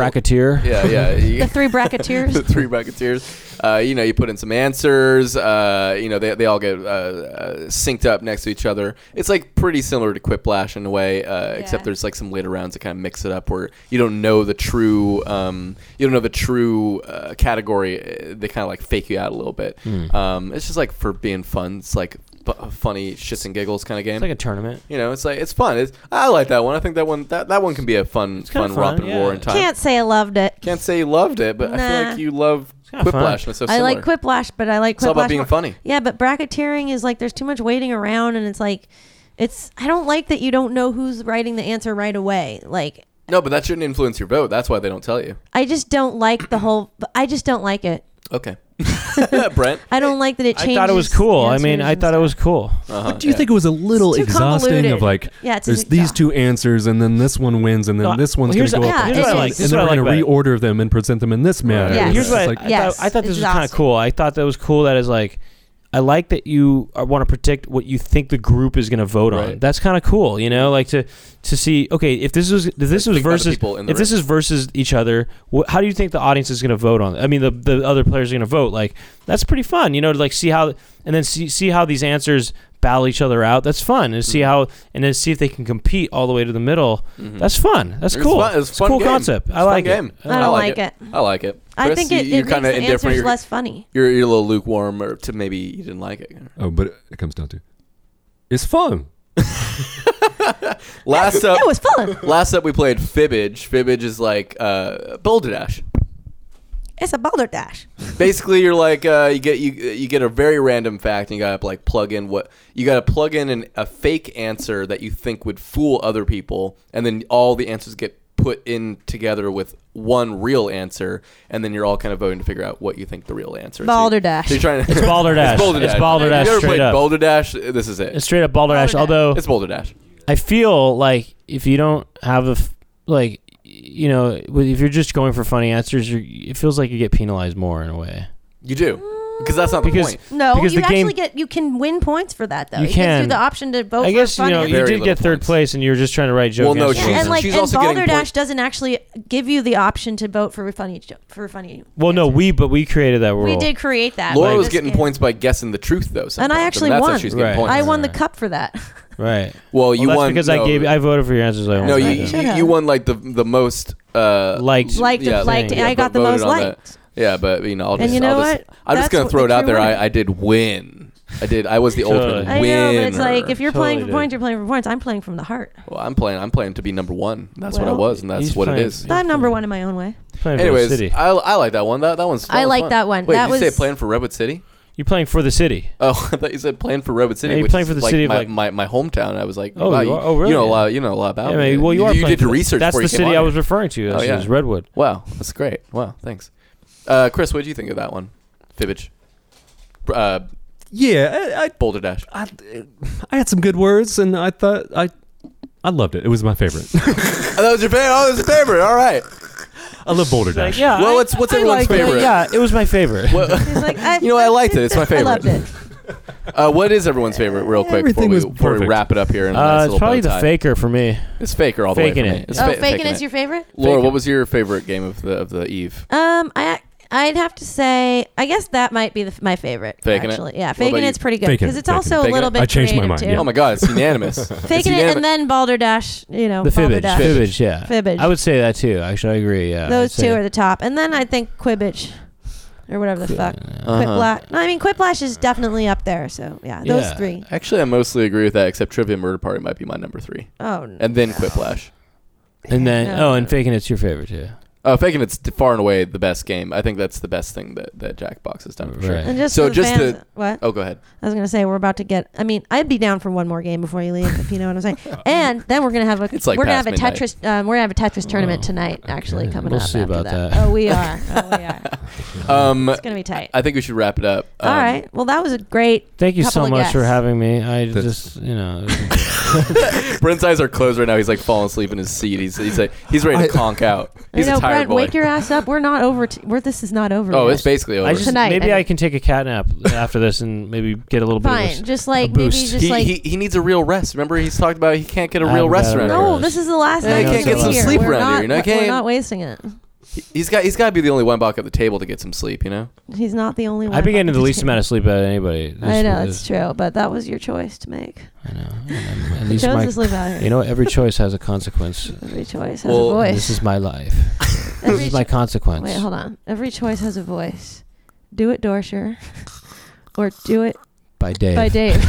Bracketeer. Yeah, yeah. the You- three the bracketeers. three bracketeers. Uh, you know, you put in some answers. Uh, you know, they, they all get uh, uh, synced up next to each other. It's like pretty similar to Quiplash in a way, uh, except there's like some later rounds that kind of mix it up where you don't know the true, um, you don't know the true uh, category. Uh, They kind of like fake you out a little bit. Hmm. Um, it's just like for being fun. It's like f- funny shits and giggles kind of game. It's like a tournament. you know, it's like it's fun. It's, I like that one. I think that one that, that one can be a fun, kinda fun, fun, romp and yeah. roar in time. Can't say I loved it. Can't say you loved it, but I feel Nah. like you love kinda fun. Quiplash. And it's so I similar. like Quiplash, but I like Quiplash. It's all about being more. funny. Yeah, but bracketeering is like there's too much waiting around, and it's like, it's I don't like that you don't know who's writing the answer right away. Like No, but that shouldn't influence your vote. That's why they don't tell you. I just don't like the whole. I just don't like it. Okay. Brent. I don't like that it I changes. thought it was cool. I answers mean, I and thought it stuff. was cool. Uh-huh, But do you yeah. think it was a little too exhausting convoluted. of like Yeah, it's there's exa- these yeah. two answers and then this one wins and then No, this one's well, here's gonna go what- up yeah, against here's what I like- this, and here's then what I we're gonna like reorder them and present them in this manner. Yeah, and Here's it's what I, like, I, Yes, thought, I thought this was kind of exhausting. cool. I thought that was cool. That is like, I like that you want to predict what you think the group is going to vote on. Right. That's kind of cool, you know, like to to see. Okay, if this was if this was think about the versus people in if the this is versus each other, wh- how do you think the audience is going to vote on? I mean, the the other players are going to vote. Like that's pretty fun, you know, to like see how and then see see how these answers battle each other out. That's fun, and Mm-hmm. see how and then see if they can compete all the way to the middle. That's fun. That's It was cool. Mm-hmm. fun- it was a It's fun a cool game. concept. It's a I fun like game. it. Uh, I I don't like like it. it. I like it. I Chris, think it, you, you're it makes kind the of indifferent. answers You're, less funny. you're, you're a little lukewarm, or to maybe you didn't like it. oh, but it comes down to it's fun. Last up, It was fun. last up, we played Fibbage. Fibbage is like uh, Boulder Dash. It's a balderdash. basically you're like uh, you get you you get a very random fact and you gotta like plug in what you gotta plug in an, a fake answer that you think would fool other people and then all the answers get put in together with one real answer and then you're all kind of voting to figure out what you think the real answer is Balderdash. so you're trying to it's Balderdash. It's Balderdash you ever straight played up. Balderdash this is it It's straight up balderdash. Balderdash. Although it's Balderdash I feel like if you don't have a f- like y- you know, with- if you're just going for funny answers, you're, it feels like you get penalized more in a way. You do. Because that's not the Because- point. No, Because you the game- actually get you can win points for that though. You it gives can. you the option to vote. I guess for you funny know or Very you did little get third points. place, and you were just trying to write joke Well, no, answers. she's- yeah, and like she's and also getting Balderdash points. doesn't actually give you the option to vote for funny jo- for funny. well, no, we but we created that rule. we did create that. Laura with was this getting game. points by guessing the truth, though. Sometimes. actually that's How won. she's getting Right. points. I won the Right. cup for that. right. well, Well, you that's won because no, I gave I voted for your answers. I No, won. you, You you, should have. you won like the the most uh, Liked- Liked, liked. Yeah, I got the voted most on that. liked. Yeah, but you know, I'll And just, you know I'll just, what? I'm just That's gonna what throw it the out there. true I, winner- I did win. I did. I was the ultimate Totally. I know, but it's winner. like if you're Totally playing for did. points, you're playing for points. I'm playing from the heart. well, I'm playing. I'm playing to be number one. That's what I Well, was, and that's he's what it playing- is. Yeah, I'm number totally. one in my own way. Playing for the Anyways, city. I, I like that one. That that one's. That I was like fun. that one. Wait, That did you say was- playing for Redwood City? You're playing for the city. Oh, I thought you said playing for Redwood City. Yeah, you're which playing is for the city of, my, like- my, my hometown. I was like, Oh, wow, you are- oh, really? You know a lot. You know a lot about Yeah, me. man, well, you, are. You playing did the for- research. That's before the you came on city I here. was referring to. This Oh, yeah. is Redwood. Wow, that's great. Wow, thanks. Uh, Chris, what did you think of that one? Fibbage. Uh, Yeah, I, I Boulder Dash. I, I had some good words, and I thought I, I loved it. It was my favorite. Oh, that was your favorite. Oh, that was your favorite. All right. I love Boulder Dash. yeah. Well, it's- what's everyone's liked it. favorite? Yeah, it was my favorite. Well, He's like, I, you know, I liked it. It's my I favorite. loved it. Uh, what is everyone's favorite, real quick, before Everything we, was before we perfect. wrap it up here? In a nice Uh, little it's probably bow the tie. faker for me. It's faker all the Faking way. for me. it. It's Oh, fa- faking is your favorite? Laura, Faking. what was your favorite game of the of the eve? Um, I I'd have to say I guess that might be the, my favorite. Faking It? actually, yeah, What about faking you? it's pretty good Faking because It, it's Faking also It. a Faking little It. bit. I changed my creative, mind, Too. yeah. Oh my God, it's unanimous. It's Faking it unanimous. and then Balderdash, you know, The fibbage. Balderdash. Fibbage, yeah. Fibbage. I would say that too. Actually, I agree. Yeah. Those two are the top, and then I think Quibbage, or whatever the fuck. uh-huh. Quiplash. No, I mean Quiplash is definitely up there. So yeah, those Yeah. three. Actually, I mostly agree with that, except Trivia Murder Party might be my number three, Oh, no. and then Quiplash. And then No. oh, and faking it's your favorite too. Uh, faking it's d- far and away the best game. I think that's the best thing that, that Jackbox has done for sure. Right. and just So for the just fans, to- what Oh, go ahead. I was gonna say, we're about to get. I mean, I'd be down for one more game before you leave, if you know what I'm saying. And then we're gonna have a It's like we're gonna past have a midnight. Tetris um, we're gonna have a Oh. Tetris tournament tonight. Actually, okay. coming We'll up see after about that. that. Oh, we are. Oh, we are. Um, It's gonna be tight. I think we should wrap it up. Um, All right. Well, that was a great. Thank you couple so of much for guests. having me. I That's- just you know Brent's eyes are closed right now. He's like falling asleep in his seat. He's he's like he's ready to I- conk out. I He's know, a tired Brent, boy. wake your ass up. We're not over. T- we're this is not over. oh, yet. it's basically over. I just Tonight, maybe I I, think. can take a cat nap after this and maybe get a little bit. fine. Of Just like a maybe boost. just he, like he, he needs a real rest. Remember, he's talked about he can't get a I real haven't rest got a around real here. no. This is the last Yeah, night. you of can't the get some year. sleep we're around not, here, you know? We're Can't- not wasting it. He- He's got he's got to be the only one back at the table to get some sleep. You know. He's not the only one. I've been getting up the at least table. amount of sleep out of anybody. I This know is- it's true, but that was your choice to make. I know. and I'm- at You least chose my- to sleep out here. you know, every choice has a consequence. every choice has Well, a And voice. This is my life. Every This is my cho- consequence. Wait, hold on. Every choice has a voice. Do it, Dorsher, or do it By Dave. by Dave.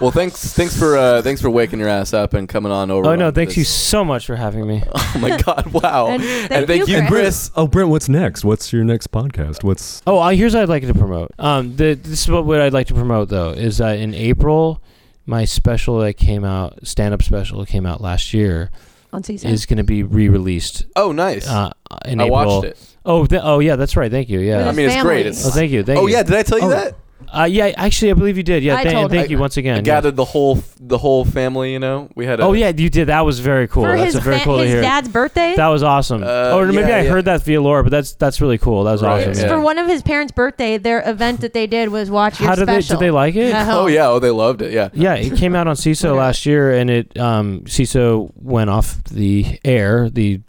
Well, thanks thanks for uh, thanks for waking your ass up and coming on over. Oh no! on Thank you this- so much for having me. Oh my God! Wow. And and, thank thank you, you, Chris. Chris. Oh, Brent, what's next? What's your next podcast? What's Oh, I, here's what I'd like to promote. Um, the, this is what, what I'd like to promote though is that in April, my special that came out, stand up special that came out last year, On season. is going to be re released. Oh, nice. Uh, in I April. watched it. Oh, th- oh yeah, that's right. Thank you. Yeah. I With mean, it's family. great. It's, Oh, thank you. Thank oh you. yeah, did I tell you Oh, that? Uh, yeah, actually, I believe you did. Yeah. I thank- told and thank him. you once again. I yeah. gathered the whole the whole family. You know, we had. A, Oh yeah, you did. That was very cool. For his, that's a very fa- cool to his hear. dad's birthday? that was awesome. Uh, or maybe yeah, I yeah. heard that via Laura, but that's that's really cool. That was Right, awesome. yeah. For one of his parents' birthday, their event that they did was watch your How did they special. did they like it? Uh-huh. Oh yeah. Oh, they loved it. Yeah. Yeah, it came out on CISO Okay. last year, and it um, CISO went off the air, the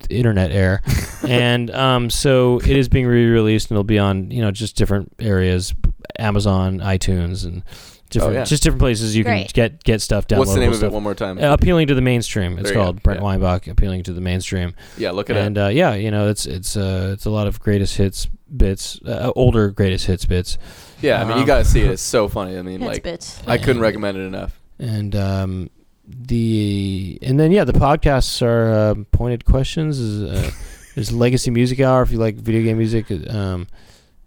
internet air, and um, so it is being re-released, and it'll be on you know just different areas, Amazon, iTunes, and different Oh, yeah. just different places you Great. can get get stuff downloadable. What's the name of stuff. it? One more time. Uh, appealing to the mainstream. It's Um, There you called go. Brent Yeah. Weinbach appealing to the mainstream, yeah. Look it up. and uh, yeah, you know it's it's uh, it's a lot of greatest hits bits, uh, older greatest hits bits, Yeah. I mean, you um, gotta see it. It's so funny. I mean, That's like, bits. I couldn't recommend it enough. and um, the and then yeah, the podcasts are uh, pointed questions. Is uh, is Legacy Music Hour if you like video game music, um,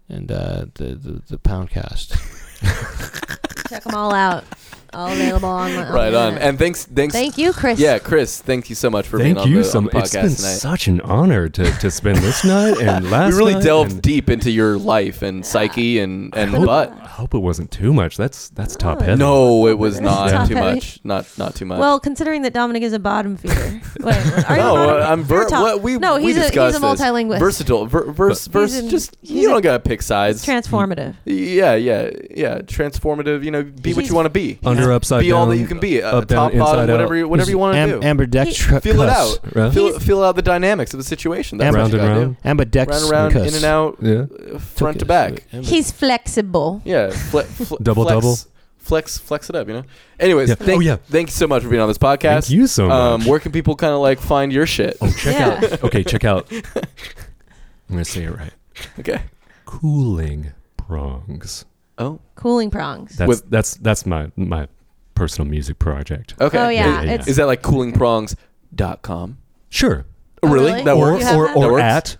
and uh, the, the the Poundcast. Check them all out. all available online. right on. And thanks, thanks. thank you, Oh, Chris. Yeah, Chris, thank you so much for Thank being on you the, so on the much. It's podcast been tonight. such an honor to, to spend this night and last we really night delved and deep into your life and psyche and, and I hope, butt. I hope it wasn't too much. That's that's top heavy. No, it was not Stop too it. much. Not not too much. Well, considering that Dominic is a bottom feeder. Wait, are you a no, bottom- uh, I'm you're ver- top. what we no, we he's a, he's discussed a this. multilingual. versatile, ver- verse, But- He's verse. an- just he's you don't a- gotta pick sides. transformative. yeah, yeah, yeah. Transformative. You know, be what He's- you want to be. Under upside be all that down, you can be. Uh, up, down, top, bottom, inside out. whatever you, whatever you want to do. Ambidextrous. feel it out. Right? Feel, feel out the dynamics of the situation. That's round what you and gotta round. do. Round and round, in and out, Yeah. uh, front to back. He's flexible. Yeah, fle- fle- Double, flex, double. flex, flex it up. You know. Anyways, Yeah. thank, Oh, yeah. thank you so much for being on this podcast. Thank you so Um, much. where can people kind of like find your shit? oh, check Yeah. out. Okay, check out. I'm gonna say it right. Okay. Cooling prongs. Oh, Cooling prongs. That's With- that's that's my my personal music project. okay. Oh yeah, Yeah, yeah, yeah. it's Is that like coolingprongs.com? Sure. Oh, really? really? That You works? have or that? or, That or works. at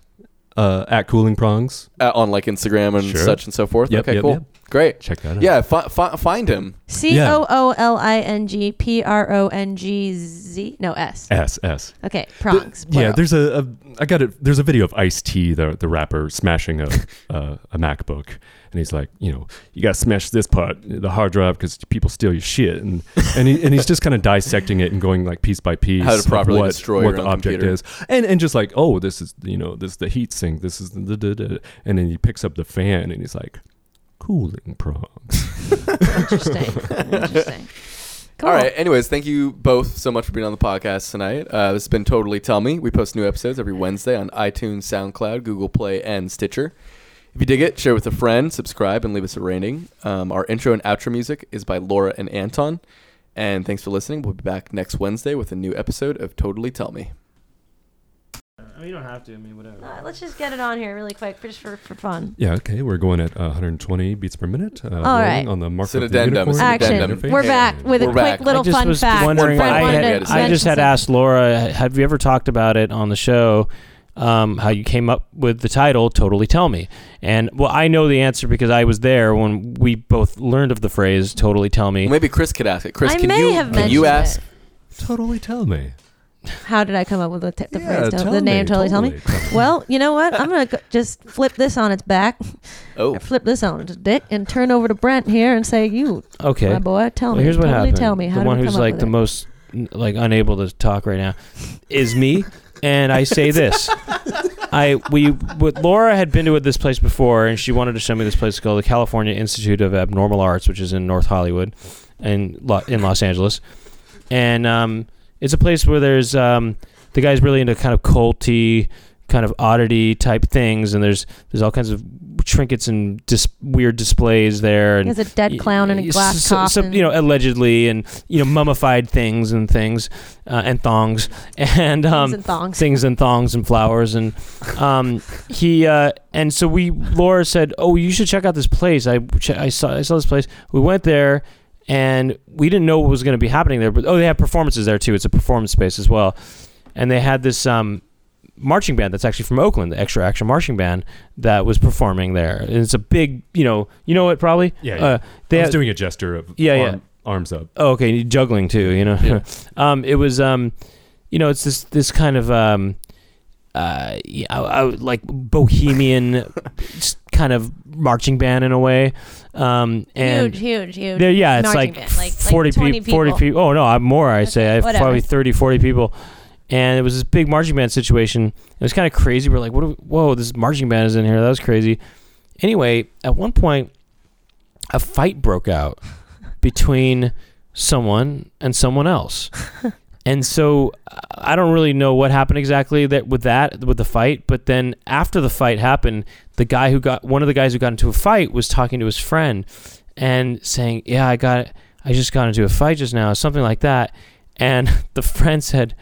uh, at cooling prongs. Uh, on like Instagram and Sure. such and so forth? Yep, okay, yep, cool. yep. Great. Check that out. Yeah, fi- fi- find him. C O O L I N G P R O N G Z. No S. Uh, S S. Okay, The- prongs. Yeah, plural. there's a, a I got it. There's a video of Ice T, the the rapper, smashing a uh, a MacBook, and he's like, you know, you got to smash this part, the hard drive, because people steal your shit, and and, he, and he's just kind of dissecting it and going like piece by piece How to of properly what, destroy what your the own object computer. is, and and just like, oh, this is you know, this is the heat sink, this is the, da- da- da. and then he picks up the fan and he's like, cooling prongs. interesting. interesting. Cool. All right. Anyways, thank you both so much for being on the podcast tonight. Uh, this has been Totally Tell Me. We post new episodes every Wednesday on iTunes, SoundCloud, Google Play, and Stitcher. If you dig it, share with a friend, subscribe, and leave us a rating. Um, our intro and outro music is by Laura and Anton. And thanks for listening. We'll be back next Wednesday with a new episode of Totally Tell Me. You don't have to. I mean, whatever. Uh, let's just get it on here really quick, just for, for fun. Yeah, okay, we're going at uh, 120 beats per minute. Uh, rolling right. on the mark It's an of the addendum, it's unicorn. an Action. addendum. We're back with a We're quick back. little I just fun was fact. wondering. Fred I wanted had, to I just had mention asked Laura, have you ever talked about it on the show? Um, how you came up with the title? Totally tell me. And well, I know the answer because I was there when we both learned of the phrase. Totally tell me. Maybe Chris could ask it. Chris, I can may you have can you mentioned ask? Totally tell me. something. How did I come up with the, t- the Yeah, phrase? to- tell the name me, totally, tell me. Well, you know what? I'm gonna go, just flip this on its back, Oh, flip this on its dick, and turn over to Brent here and say, "You, Okay. my boy, tell Well, me. here's what totally happened. Tell me how the did one you who's come up like with the it? most n- like unable to talk right now is me, and I say this. I we with Laura had been to this place before, and she wanted to show me this place called the California Institute of Abnormal Arts, which is in North Hollywood, and Lo- in Los Angeles, and um, it's a place where there's um, the guy's really into kind of culty, kind of oddity type things, and there's there's all kinds of trinkets and dis- weird displays there, and He has a dead clown in a y- glass so- so- coffin. you know, allegedly, and you know, mummified things and things, uh, and thongs, and um, Things and thongs. things and thongs and flowers, and um, he uh, and so we. Laura said, "Oh, you should check out this place. I ch- I saw I saw this place. We went there." And we didn't know what was going to be happening there, but oh, they have performances there too. It's a performance space as well, and they had this um, marching band that's actually from Oakland, the Extra Action Marching Band, that was performing there. And it's a big, you know, you know it probably. Yeah, Uh, they I was had- doing a gesture of Yeah, arm- arms up. Oh, okay, and juggling too. You know, Yeah. um, it was um, you know, it's this this kind of um, uh, yeah, I, I would like bohemian s- kind of marching band in a way. Um, and huge, huge, huge. there, yeah, it's marching like, band, like- like 40 peop- 20 forty people. people. Oh no, I'm more. I say I have whatever. probably 30, 40 people. And it was this big marching band situation. It was kind of crazy. We're like, what? do we- whoa, this marching band is in here. That was crazy. Anyway, at one point, a fight broke out between someone and someone else. and so uh, I don't really know what happened exactly that with that with the fight, but then after the fight happened, the guy who got one of the guys who got into a fight was talking to his friend and saying, "Yeah, I got I just got into a fight just now," something like that. And the friend said,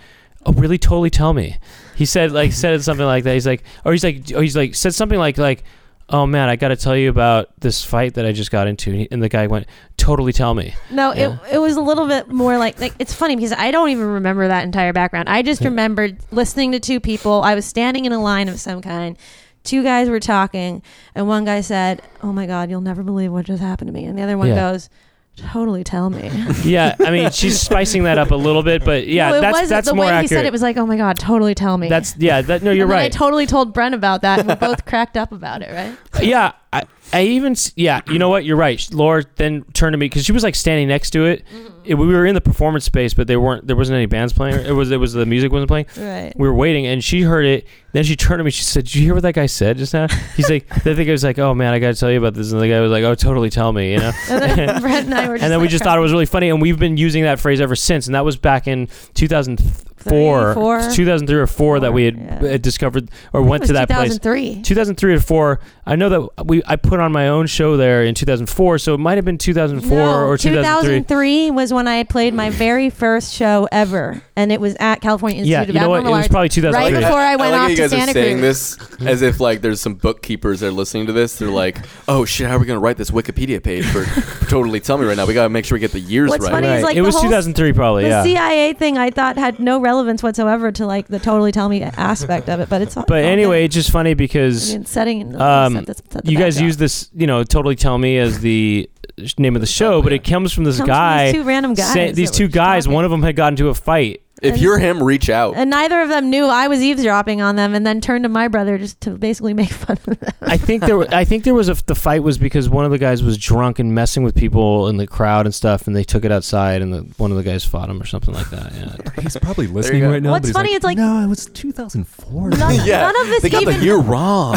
"Oh, really? Totally tell me." He said like said something like that. He's like, or he's like, or he's like said something like like, "Oh man, I got to tell you about this fight that I just got into." And, he, and the guy went, "Totally tell me." No, Yeah. it, it was a little bit more like like it's funny because I don't even remember that entire background. I just remembered listening to two people. I was standing in a line of some kind. Two guys were talking, and one guy said, "Oh my God, you'll never believe what just happened to me," and the other one Yeah. goes, totally tell me. yeah, I mean, she's spicing that up a little bit, but yeah, No, it that's wasn't. that's the more way accurate. he said it was like, oh my god, totally tell me. that's yeah. That, no, you're And then I right. totally told Brent about that, and we both cracked up about it, right? yeah, I, I even s- yeah. You know what? You're right. Laura then turned to me because she was like standing next to it. Mm-hmm. It- We were in the performance space, but they weren't. There wasn't any bands playing. It was. It was the music wasn't playing. Right. We were waiting, and she heard it. Then she turned to me. She said, "Did you hear what that guy said just now?" He's like, "The thing was like, oh man, I got to tell you about this." And the guy was like, "Oh, totally tell me," you know. And then Brent and I were just and then we like just thought it was really funny, and we've been using that phrase ever since. And that was back in 2004, Three, four? 2003 or four, that we had Yeah. uh, discovered or It went was to that place. 2003. 2003 or four. I know that we I put on my own show there in 2004, so it might have been 2004 No, or 2003. 2003 was when I played my very first show ever, and it was at California Institute Yeah, of you know what? It Abnormal was Arts. probably 2003. Right before I went like off how you to guys Santa are saying Cruz. this as if like there's some bookkeepers that are listening to this. They're like, "Oh shit, how are we gonna write this Wikipedia page for totally tell me right now? We gotta make sure we get the years What's right." funny is, Right. like, it the was whole- 2003 probably. The yeah. CIA thing I thought had no relevance whatsoever to like the totally tell me aspect of it, but it's all- but all anyway, good. it's just funny because I mean, setting and all um, that stuff, that's- you guys that's use this, you know, totally tell me as the sh- name of the show, but it comes from this Comes from guy. these two random guys. say- these that two were guys. talking. One of them had gotten into a fight. if you're him, reach out. and neither of them knew I was eavesdropping on them, and then turned to my brother just to basically make fun of them. I think there. wa- I think there was a. The fight was because one of the guys was drunk and messing with people in the crowd and stuff, and they took it outside, and the, one of the guys fought him or something like that. Yeah. He's probably you listening go. right now. What's but he's funny is, like- no, it was 2004. None, yeah, none of this they got even the year wrong.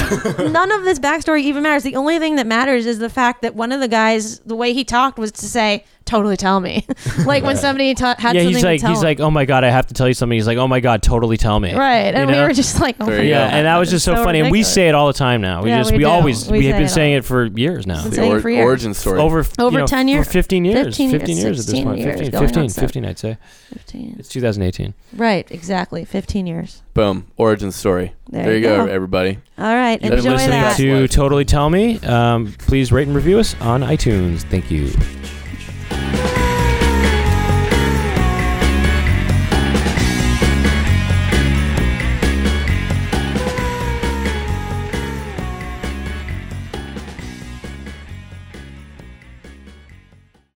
none of this backstory even matters. The only thing that matters is the fact that one of the guys, the way he talked was to say, "Totally tell me," like when somebody ta- had yeah, something he's to like tell he's him. like, oh my god, I have to tell you something. He's like, oh my god, totally tell me. right, and you we know? were just like, oh my There God, you Yeah, go. and that was just so, so funny, and we ridiculous. say it all the time now. We Yeah, just we we, do. always We we have say been it saying all. it for years now. Since- Saying for years. origin story. Over f- Over you know, 10 year- for 15 years, 15 15 years, years, at this 16 point, years 15, going on 15, so- 15, I'd say 15. it's 2018. right, exactly, fifteen years. Boom, origin story. There There, you you go, go. everybody. All right, You've been enjoy listening that. To totally tell me, um, please rate and review us on iTunes. Thank you.